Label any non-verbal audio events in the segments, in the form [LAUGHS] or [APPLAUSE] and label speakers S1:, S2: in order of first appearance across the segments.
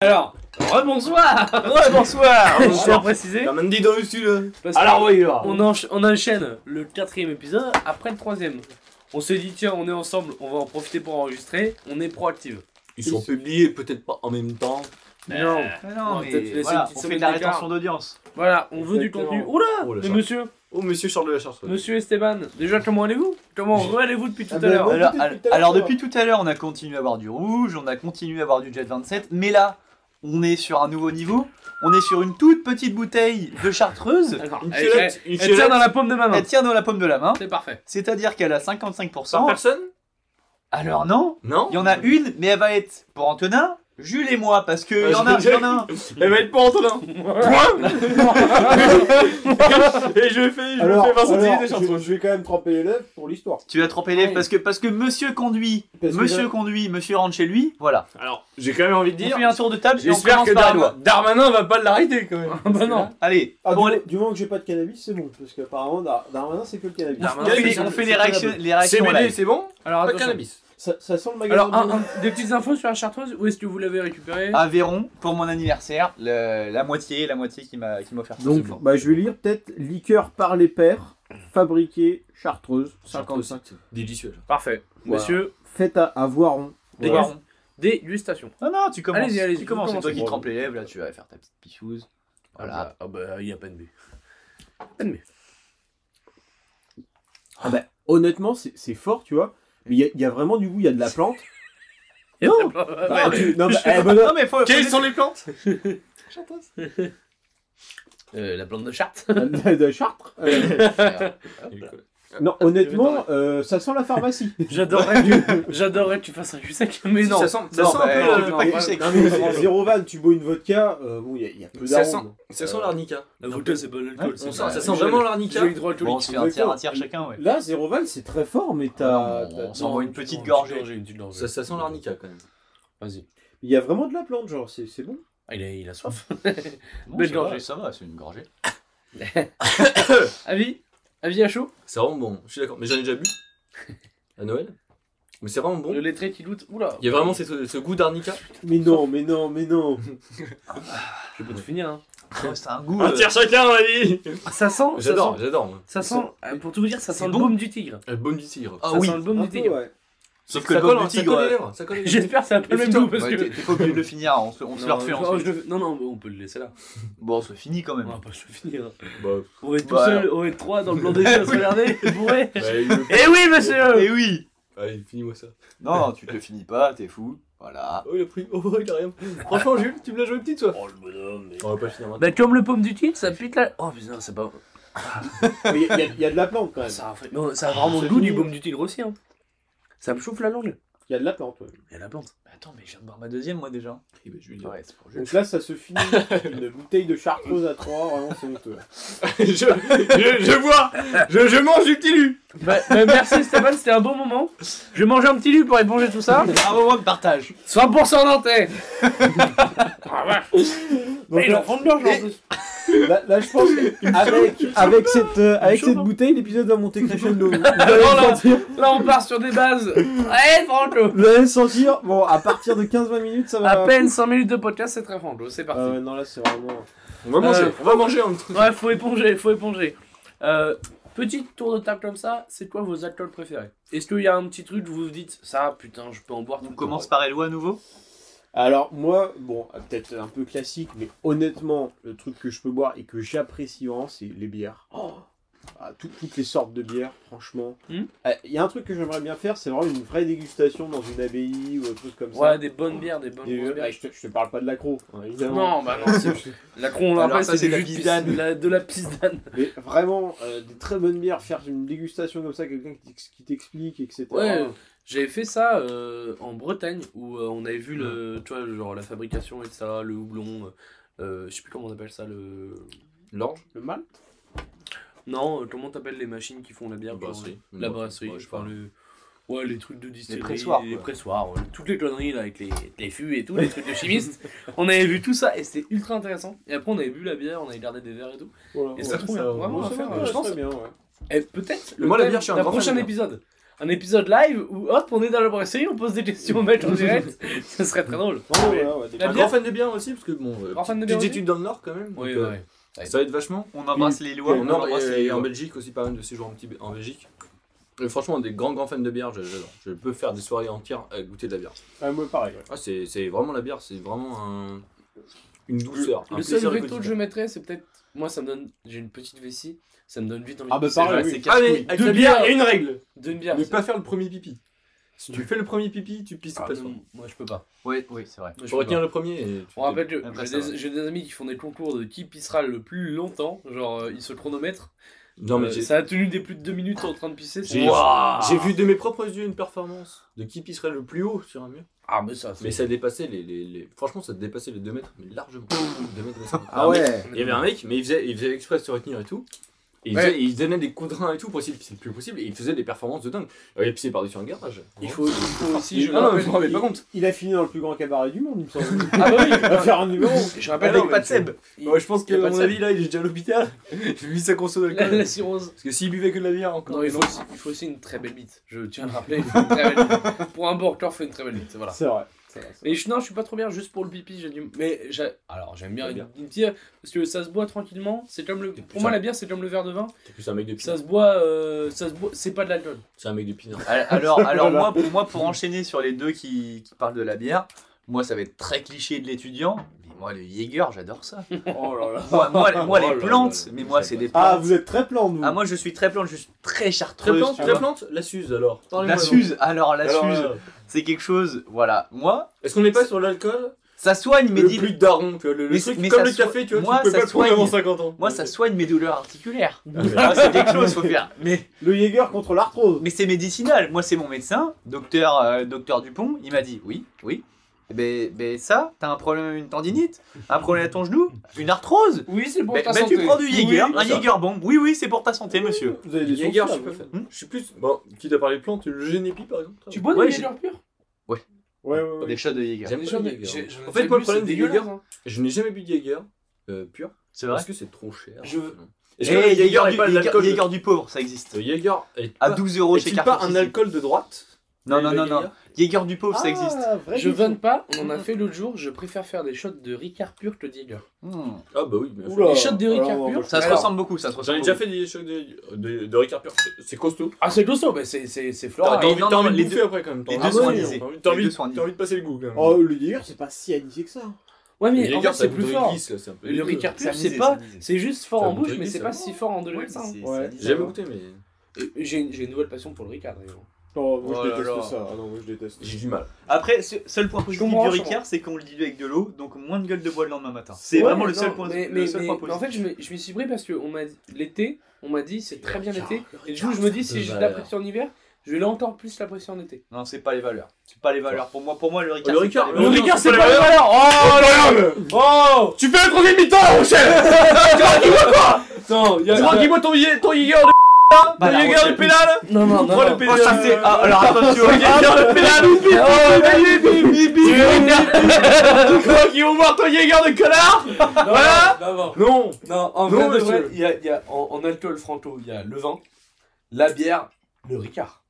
S1: Alors, rebonsoir [LAUGHS]
S2: bonsoir
S1: Je tiens à préciser,
S2: Comme dit dans le sud
S1: parce
S2: Alors
S1: qu'on
S2: oui, là
S1: on, encha- on enchaîne le quatrième épisode après le troisième. On s'est dit, tiens, on est ensemble, on va en profiter pour enregistrer, on est proactive.
S2: Ils sont publiés peut-être pas en même temps.
S1: Non.
S3: Mais
S1: On
S3: Ah non,
S1: va
S3: mais
S1: peut-être laisser
S3: voilà,
S1: une petite
S3: on fait de
S1: semaine
S3: la
S1: d'écart.
S3: rétention d'audience.
S1: Voilà, on veut du
S2: Exactement.
S1: contenu.
S3: Ah,
S1: Oula
S2: Oh, la
S1: Mais
S2: chance.
S1: monsieur,
S2: Oh, monsieur Charles de la Chartre.
S1: monsieur Esteban, déjà comment allez-vous Comment allez-vous depuis tout à
S2: ben,
S1: l'heure
S2: bon.
S3: Alors,
S2: depuis
S3: alors-
S2: tout à l'heure.
S3: alors, depuis tout à l'heure, on a continué à avoir du rouge, on a continué à avoir du Jet 27, mais là, on est sur un nouveau niveau. On est sur une toute petite bouteille de chartreuse.
S1: Alors,
S2: Une
S1: elle-
S2: chelette,
S3: eh,
S1: elle-
S2: une
S1: Elle tient
S2: chelette.
S1: eh, dans la paume de ma main.
S3: Elle tient dans la paume de la main,
S1: C'est parfait. [LAUGHS]
S3: c'est-à-dire qu'elle a 55%.
S2: personne
S3: Alors non,
S2: Non
S3: il y en a une, mais elle va être pour Antonin, Jules et moi, parce que il y en a, il y en a un.
S2: Euh, [LAUGHS] Elle va être pour Antonin Et je fais, je
S4: Alors,
S2: fais Vincent
S4: alors,
S2: Tilly de Chartres.
S4: je, je vais quand même tremper les lèvres pour l'histoire.
S3: Tu vas tremper les lèvres parce que parce que Monsieur conduit,
S4: Parce que
S3: Monsieur
S4: là-
S3: conduit, Monsieur rentre chez lui, voilà.
S2: Alors, j'ai quand même envie de
S3: On
S2: dire.
S3: fait un tour de table et on
S2: J'espère
S3: commence
S2: que
S3: par
S2: Dar-
S3: Eloi.
S2: Darmanin va pas l'arrêter quand même.
S1: bah non.
S3: Allez,
S4: Ah,
S3: bon,
S4: du,
S3: allez.
S4: du moment que j'ai pas de cannabis, c'est bon. Parce qu'apparemment, Dar- Darmanin, c'est que le cannabis.
S3: On
S1: Darmanin,
S3: fait,
S2: c'est-
S3: les- on fait
S4: c'est
S3: les réactions, les réactions
S2: CBD,
S3: live.
S2: c'est bon
S1: Alors,
S2: Pas de
S1: attention.
S2: cannabis.
S4: Ça, ça sent le magasin.
S1: Alors,
S4: de
S1: un-
S4: bonbons.
S1: un- des petites infos sur la chartreuse, où est-ce que vous l'avez récupérée
S3: Aveyron pour mon anniversaire, le- la moitié, la moitié qui m'a qui m'a offert. ça, c'est bon.
S4: Donc, bah, je vais lire peut-être liqueur par les pères, fabriquée chartreuse, 55.
S2: Délicieux.
S1: Parfait.
S4: Voilà.
S1: Monsieur,
S4: Faite à, à Voiron.
S1: Voilà.
S3: Aveyron.
S1: dégustation.
S3: Non non, tu commences.
S1: Allez-y, allez-y,
S3: tu commences.
S1: vous
S3: C'est toi qui
S4: commencez.
S3: trempes les lèvres là, tu vas faire ta petite pichouse. Voilà.
S1: Ah bah, il n'y a pas de but.
S4: Honnêtement, c'est c'est fort, tu vois. Mais il y, a- il y a vraiment du goût, il y a de la plante. Non,
S1: Bah,
S4: Ah, tu- non, bah, eh, bah, non.
S3: Non mais faut.
S2: Quelles sont les plantes
S1: euh, la plante de charte.
S4: de, de Chartres. [LAUGHS] Euh,
S2: Ah,
S4: non, honnêtement, euh, ça sent la pharmacie.
S1: [LAUGHS] J'adorerais que, j'adorerais que tu fasses un cul sec, mais non.
S2: Ça sent, ça
S3: Non,
S2: sent
S3: bah,
S2: un peu
S3: tu
S2: le-
S3: vas pas-
S4: Non, [LAUGHS] mais c'est zéro van, tu bois une vodka, euh, bon, il y, a- il y a peu
S2: Ça sent,
S4: d'arômes.
S2: ça sent
S1: Euh,
S2: l'arnica.
S1: La vodka, c'est pas l'alcool. c'est
S2: On sent,
S1: pas-
S2: ça sent
S1: J'ai-
S2: vraiment l'arnica.
S1: J'ai l'hydroalcoolique.
S3: Bon, on se fait un tiers, un tiers chacun, ouais.
S4: Là, zéro van, c'est très fort, mais t'as. t'as-
S3: On s'envoie une petite gorgée.
S1: Une petite gorgée.
S2: Ça, ça sent l'arnica quand même.
S1: Vas-y.
S4: Il y a vraiment de la plante, genre, c'est c'est bon.
S1: Ah, il, a, il a [LAUGHS] soif.
S3: Bon,
S1: Belle
S3: ça
S1: gorgée.
S3: va, Ça va, c'est une gorgée.
S1: Avis Avis à chaud
S2: C'est vraiment bon, je suis d'accord. Mais j'en ai [LAUGHS] déjà bu à Noël. Mais c'est vraiment
S1: Le
S2: bon.
S1: lettré qui loot. Oula.
S2: Il y a vraiment ce, ce goût d'arnica.
S4: Mais non, mais non, mais non.
S1: Je peux te finir. Hein.
S3: Oh, C'est un goût.
S2: Un
S3: euh,
S2: tiers chacun, on a dit
S1: Ça sent. ça
S2: [LAUGHS] J'adore,
S1: sent-
S2: j'adore. moi.
S1: Ça sent. euh, Pour tout vous dire, ça sent
S3: C'est
S1: le
S3: bon.
S1: baume du tigre.
S2: Le baume du tigre.
S3: Ah
S1: ça
S3: oui.
S1: sent le baume
S4: Un
S1: du
S4: peu,
S1: tigre.
S4: ouais.
S2: Sauf
S3: que
S2: que
S3: le
S2: ça
S3: baume
S2: colle,
S3: du
S2: hein, ça
S3: tigre,
S2: colle les
S3: ouais.
S2: lèvres. Ça colle [LAUGHS] les
S1: [LAUGHS]
S2: lèvres.
S1: J'espère que ça a pas le même goût parce
S3: ouais,
S1: que.
S3: t'es- T'es pas obligé de le finir, on se, on se le
S1: Non,
S3: refait
S1: je-
S3: ensuite.
S1: je le- Non, non, on peut le laisser là.
S3: Bon, on se finit quand
S1: On va
S3: même.
S1: pas se le finir.
S2: [LAUGHS] Bah,
S1: On va être tout
S3: Bah,
S1: seul, on va être trois dans le blanc des yeux à se regarder, bourré.
S2: bah, il-
S1: Eh oui, monsieur
S3: Eh oui
S2: Allez, finis-moi ça.
S3: Non, non, tu te le finis pas, t'es fou. Voilà.
S2: Oh, il a pris. Oh, il a rien. Franchement, Jules, tu me l'as joué petite, toi.
S1: Oh, le bonhomme, mais...
S2: On va pas finir maintenant.
S1: Bah, comme le paume du titre, ça pique la. Oh putain, c'est pas.
S4: Mais Il y, a- il y a- il y a de la plante quand même.
S1: Ça a, fait- non, ça a vraiment le
S4: C'est
S1: goût
S4: fini.
S1: du baume du tigre aussi, hein. Ça me chauffe la langue.
S4: Il y a de la plante, ouais.
S1: Et la plante.
S3: Attends, mais je viens de boire ma deuxième, moi déjà.
S2: Eh ben, je vais dire.
S3: Ouais, c'est pour Jules.
S4: Donc là, ça se [LAUGHS] finit. Une bouteille de chartreuse à 3, vraiment, c'est honteux.
S2: [LAUGHS] je, je, je vois je, je mange du petit lu
S1: Bah, bah, merci Stéphane, c'était un bon moment. Je vais manger un petit lu pour éponger tout ça.
S3: Un moment de partage.
S1: 100% [LAUGHS] nantais Ah ouais.
S4: Donc
S1: Et ils en
S4: là,
S1: font de l'orge en
S4: Et-
S1: plus.
S4: là, là, je pense qu'avec avec cette, euh, avec cette bouteille, l'épisode va monter [LAUGHS] crescendo. Vous allez
S1: Non, non.
S4: sentir,
S1: Là, on part sur des bases. Ouais, Franco
S4: vous allez sentir. Bon, à partir de 15-20 minutes, ça va.
S1: À peine 5 minutes de podcast, c'est très Franco, c'est parti.
S4: Ah ouais, non, là, c'est vraiment.
S2: On va manger, on va manger un truc.
S1: Ouais, faut éponger, faut éponger. Euh, petit tour de table comme ça, c'est quoi vos alcools préférés Est-ce qu'il y a un petit truc où vous vous dites ça, putain, je peux en boire tout
S3: On
S1: le
S3: commence
S1: temps.
S3: par Eloi à nouveau.
S4: Alors moi, bon, euh, peut-être un peu classique, mais honnêtement, le truc que je peux boire et que j'apprécie vraiment, c'est les bières. Ah, tout- toutes les sortes de bières, franchement. Ah, Il
S1: Hmm.
S4: y a un truc que j'aimerais bien faire, c'est vraiment une vraie dégustation dans une abbaye ou un truc comme
S1: Ouais,
S4: ça.
S1: des bonnes bières, des bonnes
S4: Des-
S1: grosses bières.
S4: ah, je, te, je te parle pas de l'accro, hein, évidemment.
S1: Non, bah non, c'est. L'accro, on l'a
S3: Alors
S1: pas,
S3: ça,
S1: c'est
S3: c'est
S1: du
S3: la
S1: jus de
S3: pisane.
S1: pisane, la- de la pisane.
S4: Mais vraiment, euh, des très bonnes bières, faire une dégustation comme ça, quelqu'un qui, t'ex- qui t'explique, etc.
S1: Ouais, J'avais fait ça euh, en Bretagne où euh, on avait vu le, tu vois, genre la fabrication, etc., le houblon, euh, je sais plus comment on appelle ça, le.
S2: L'orge
S4: Le mal
S1: Non, euh, comment t'appelles les machines qui font la bière genre, La brasserie,
S2: Ouais,
S1: je parle. le- Ouais, les trucs de distillerie,
S3: pressoirs,
S1: les
S3: quoi.
S1: pressoirs, ouais, toutes les conneries là avec les, les fûts et tout, les trucs de chimistes. on avait vu tout ça et c'était ultra intéressant. Et après, on avait bu la bière, on avait gardé des verres et tout.
S4: Voilà,
S1: Et
S4: ouais.
S1: ça,
S2: ça,
S1: trouve
S2: ça,
S1: vraiment
S4: Bon,
S1: à
S4: ça
S1: faire,
S4: va,
S1: euh, je
S4: ça
S1: pense.
S4: serait bien, ouais.
S1: Et peut-être
S2: moi, la
S1: thème
S2: bière, je suis un
S1: d'un
S2: grand fan de
S1: prochain
S2: bière.
S1: épisode. un épisode live où hop, on est dans la brasserie, on pose des questions au mec en
S2: [LAUGHS]
S1: direct. Ce serait très drôle.
S4: Non, voilà, ouais, des-
S1: La
S2: Un
S1: bière
S2: grand fan de bière aussi, parce que bon, euh,
S1: Grand fan de bière
S2: petites
S1: aussi
S2: études dans le Nord quand même.
S1: Oui,
S2: donc, euh,
S1: ouais.
S2: Ça va être vachement.
S3: On embrasse les lois.
S2: Ouais, au
S3: on
S2: Nord
S3: embrasse
S2: Mmh. et, euh,
S3: les
S2: et en
S3: lois.
S2: Belgique aussi, pas mal de séjours en, petit, en Belgique. Et franchement, des grands grands fans de bière, je- j'adore. Je peux faire des soirées entières à goûter de la bière.
S4: Ah, moi, pareil. ouais.
S2: Ah, c'est c'est vraiment la bière, c'est vraiment un- une douceur. un
S1: Le seul
S2: plaisir
S1: veto que je
S2: quotidien.
S1: mettrais, c'est peut-être. Moi, ça me donne. J'ai une petite vessie, ça me donne vite envie
S4: Ah,
S1: de
S4: bah
S1: pisser,
S4: pareil,
S1: genre,
S4: oui.
S2: Ah, mais avec
S1: Deux
S2: la bière, Ah, il y
S1: bières.
S2: a une règle
S1: D'une bière.
S2: ne
S1: c'est-
S2: pas faire le premier pipi. Si tu fais le premier pipi, tu pisses
S1: Ah,
S2: pas
S1: non, moi, je peux pas.
S3: Ouais, oui, c'est vrai.
S1: Moi, je
S2: Faut
S1: peux pas.
S2: retenir le premier. et tu
S1: On rappelle que
S3: Après,
S1: j'ai
S3: ça
S1: des, j'ai des amis qui font des concours de qui pissera le plus longtemps, genre euh, ils se chronomètrent.
S2: Non, mais
S1: Euh,
S2: j'ai-
S1: ça a tenu des plus de deux minutes en train de pisser. c'est-
S2: j'ai
S1: Ouah.
S2: j'ai vu de mes propres yeux une performance de qui pisserait le plus haut sur un mur.
S1: Ah, mais ça,
S2: Mais
S1: c'est.
S2: ça dépassait les, les- les- Franchement, ça dépassait les 2 mètres, mais largement. 2 mètres, 2 mètres.
S4: Ah ouais.
S2: Il y avait un mec, mais il faisait, il faisait exprès de se retenir et tout. Et il,
S1: Ouais.
S2: faisait- il se donnait des coups de rein et tout pour essayer de pisser le plus possible. Et il faisait des performances de dingue. Euh, Il pissait par-dessus un garage. Hein
S1: Il faut, il faut aussi.
S2: Il-
S1: je
S2: ah non, mais
S1: rappelle-
S2: je m'en rendais pas compte.
S4: Il a fini dans le plus grand cabaret du monde, il me semble.
S1: Ah, bah oui,
S2: [LAUGHS]
S4: On va faire un numéro.
S1: je rappelle
S2: Ah non,
S1: que-
S2: mais c'est-
S1: il-
S2: Ouais, je pense
S1: il y a
S2: que,
S1: pas
S2: à
S1: de
S2: mon
S1: salle.
S2: avis, là, il est déjà à l'hôpital. [LAUGHS] J'ai vu sa conso
S1: la,
S2: d'alcool.
S1: la cirrhose.
S2: Parce que s'il buvait que de la bière encore.
S1: Non, il faut, aussi, il faut aussi une très belle bite. Je tiens à le rappeler. il faut une très belle [LAUGHS] bite. Pour un border, il faut une très belle bite. Voilà.
S4: C'est vrai.
S1: Mais je, non, je suis pas trop bien juste pour le pipi. J'ai du... Mais j'ai- alors j'aime bien
S2: La
S1: une,
S2: bière.
S1: une bière parce que ça se boit tranquillement. C'est comme le. Pour moi, la bière, c'est comme le verre de vin.
S2: T'es plus un mec de
S1: Ça
S2: pinard.
S1: se boit. euh, ça se boit. C'est pas de l'alcool.
S2: C'est un mec de hein. [LAUGHS] pinard.
S3: Alors, alors
S4: Voilà.
S3: moi, pour moi, pour enchaîner sur les deux qui, qui parlent de la bière, moi, ça va être très cliché de l'étudiant. Mais moi, le Jäger, j'adore
S2: [LAUGHS]
S3: ça.
S4: Oh là là.
S3: Moi, moi, moi,
S2: Oh là
S3: les
S2: là
S3: plantes.
S2: là.
S3: Mais moi, c'est des
S4: Ah,
S3: plantes.
S4: vous êtes très plante, vous.
S3: Ah, moi, je suis très plante. Je suis très chartreuse.
S2: Très plante,
S3: tu
S2: très
S3: vois.
S2: plante. La Suze alors.
S3: La
S2: Parlez-moi,
S3: Suze. Alors, la
S2: alors. Alors,
S3: Suze,
S2: euh,
S3: c'est quelque chose. Voilà. Moi,
S2: Est-ce qu'on n'est pas sur l'alcool
S3: ça soigne mes
S2: Le
S3: dis-
S2: plus daron, tu vois, le, le
S3: Mais-
S2: truc
S3: mais
S2: comme
S3: ça
S2: le café, tu vois,
S3: moi,
S2: tu peux
S3: ça
S2: pas le prendre
S3: soigne.
S2: avant 50 ans.
S3: Moi, ça soigne mes douleurs articulaires.
S2: Ah, mais-
S3: Ah, c'est quelque chose, faut faire. Mais,
S4: Le Jaeger contre l'arthrose.
S3: mais c'est médicinal. Moi, c'est mon médecin, docteur, euh, docteur Dupont. Il m'a dit oui, oui. Eh Ben, ben ça, t'as un problème avec une tendinite, un problème à ton genou, une arthrose.
S1: Oui, c'est pour
S3: Ben,
S1: ta
S3: ben,
S1: santé.
S3: tu prends du Jäger,
S2: Oui,
S3: un
S2: ça.
S3: Jäger bombe. Oui, oui, c'est pour ta santé, monsieur.
S4: Vous avez des
S2: Jäger, je
S4: sourcils,
S2: suis pas
S4: vous.
S2: fan.
S3: Hmm
S2: Je suis plus. Bon, quitte à parler plantes, le génépi par exemple. ça
S1: Tu
S2: va.
S1: bois du
S3: Ouais,
S1: Jäger pur
S4: Ouais, ouais, ouais.
S3: Des shots de Jäger.
S2: J'aime
S1: Mais
S2: pas
S1: j'en
S2: le
S1: ai-
S2: Jäger.
S1: j'ai- j'en ai
S2: En fait,
S1: déjà
S2: moi,
S1: bu,
S2: le problème
S1: c'est
S2: des Jäger,
S1: dégueulasse, hein.
S2: je n'ai jamais bu de Jäger euh, pur.
S3: C'est vrai.
S2: Parce que c'est trop cher.
S1: Je-
S2: Est-ce que
S3: Eh,
S2: le Jäger
S3: Jäger
S2: n'est
S3: du,
S2: pas de
S3: Jäger-
S2: l'alcool de-
S3: Jäger du pauvre, ça existe.
S2: Le Jäger est
S3: À
S2: pas-
S3: 12 euros chez
S2: Est-il pas
S3: Carrefour.
S2: un
S3: City.
S2: alcool de droite
S3: Non,
S2: le
S3: non, non,
S2: Jäger
S3: non. Jäger du pauvre, ça existe.
S4: Ah, vrai
S1: Je
S4: du tout.
S1: vanne pas, on en a fait l'autre jour, je préfère faire des shots de Ricard pur que de Jäger.
S3: Hmm.
S2: Ah bah oui, bien sûr.
S4: Oula.
S1: Les shots de
S4: Alors,
S1: Ricard
S4: on va-
S1: pur,
S3: Ça se
S1: alors-
S3: ressemble beaucoup, ça se
S2: J'en
S3: ressemble.
S2: ai déjà
S3: beaucoup.
S2: fait des chocs de, de, de Ricard Pur, c'est- c'est costaud.
S1: Ah, c'est costaud, mais c'est- c'est c'est
S2: T'as
S1: floral.
S2: t'as
S3: mais
S2: envie,
S3: non,
S2: t'as
S3: non,
S2: envie
S3: les
S2: de bouffer
S3: deux-
S2: après quand même. T'as
S3: les
S2: envie-
S3: deux sont
S2: t'as
S3: anisés.
S2: envie- T'as
S3: Les
S2: envie,
S3: deux sont anisés.
S2: t'as envie de passer le goût quand même.
S4: Oh, le Jaeger, c'est pas si anisé que ça.
S1: Ouais,
S2: Le
S1: mais en
S2: Jäger,
S1: fait,
S2: ça
S1: c'est
S2: goûte
S1: plus
S2: de
S1: fort.
S2: glisse, là, c'est un peu-
S1: Le Ricard
S3: C'est
S1: pur, c'est
S3: anisé,
S1: pas.
S3: c'est anisé.
S1: C'est juste fort
S2: Ça
S1: en
S2: goûte
S1: bouche,
S2: le
S1: mais
S2: gris,
S1: c'est
S2: ça.
S1: pas si fort en
S3: Ouais,
S1: degré que ça. hein.
S3: c'est-
S4: Ouais.
S3: c'est
S2: J'ai jamais
S3: bizarre.
S2: goûté, mais
S1: Et J'ai j'ai une nouvelle passion pour le Ricard d'ailleurs.
S4: Non, moi,
S1: Oh
S4: je
S1: là
S4: déteste
S1: là.
S4: ça. Ah non, moi, je déteste.
S2: j'ai du mal.
S3: Après, ce- seul point
S1: Je
S3: positif
S1: comprends,
S3: du
S1: je comprends.
S3: Ricard, c'est qu'on le dilue avec de l'eau, donc moins de gueule de bois le lendemain matin. C'est vraiment le seul point,
S1: mais,
S3: le
S1: mais-
S3: seul
S1: mais-
S3: point
S1: mais en
S3: positif.
S1: fait, je me- je m'y suis pris parce que on m'a dit- l'été, on m'a dit c'est très bien
S2: Ricard,
S1: l'été.
S2: le
S1: Et du
S2: Ricard,
S1: coup, je me
S2: ça
S1: dis
S2: a peu
S1: si
S2: de
S1: j'ai de
S2: valeur.
S1: l'apprécier en hiver, je l'ai encore plus l'apprécier en été.
S3: Non, c'est pas les valeurs. C'est pas les valeurs. Pour moi, pour moi le Ricard.
S2: Le
S3: c'est
S2: Ricard,
S3: pas les
S2: le
S3: valeurs.
S2: Ricard, c'est pas
S1: la valeur Oh Oh
S2: Tu fais un troisième mi-temps, Rochelle
S3: [LAUGHS]
S1: Non, il y a-
S2: Dis-moi ton Jäger ton Jäger de
S3: Bah,
S2: le
S3: la
S2: Jäger de
S3: Rochelle.
S2: pédale
S1: Non, non, non.
S2: Prends le
S1: non.
S2: pédale
S3: Oh, ça, c'est- ah, alors, attention.
S2: Le Jäger de pédale ou vite [LAUGHS] Tu crois qu'ils vont voir ton Jäger de connard
S1: Non,
S2: Voilà.
S1: non, non.
S2: Non
S1: Non, en
S2: Non,
S1: vrai, de vrai,
S2: monsieur.
S1: il y a, il y a- en, en alcool franco, il y a le vin, la bière, le Ricard.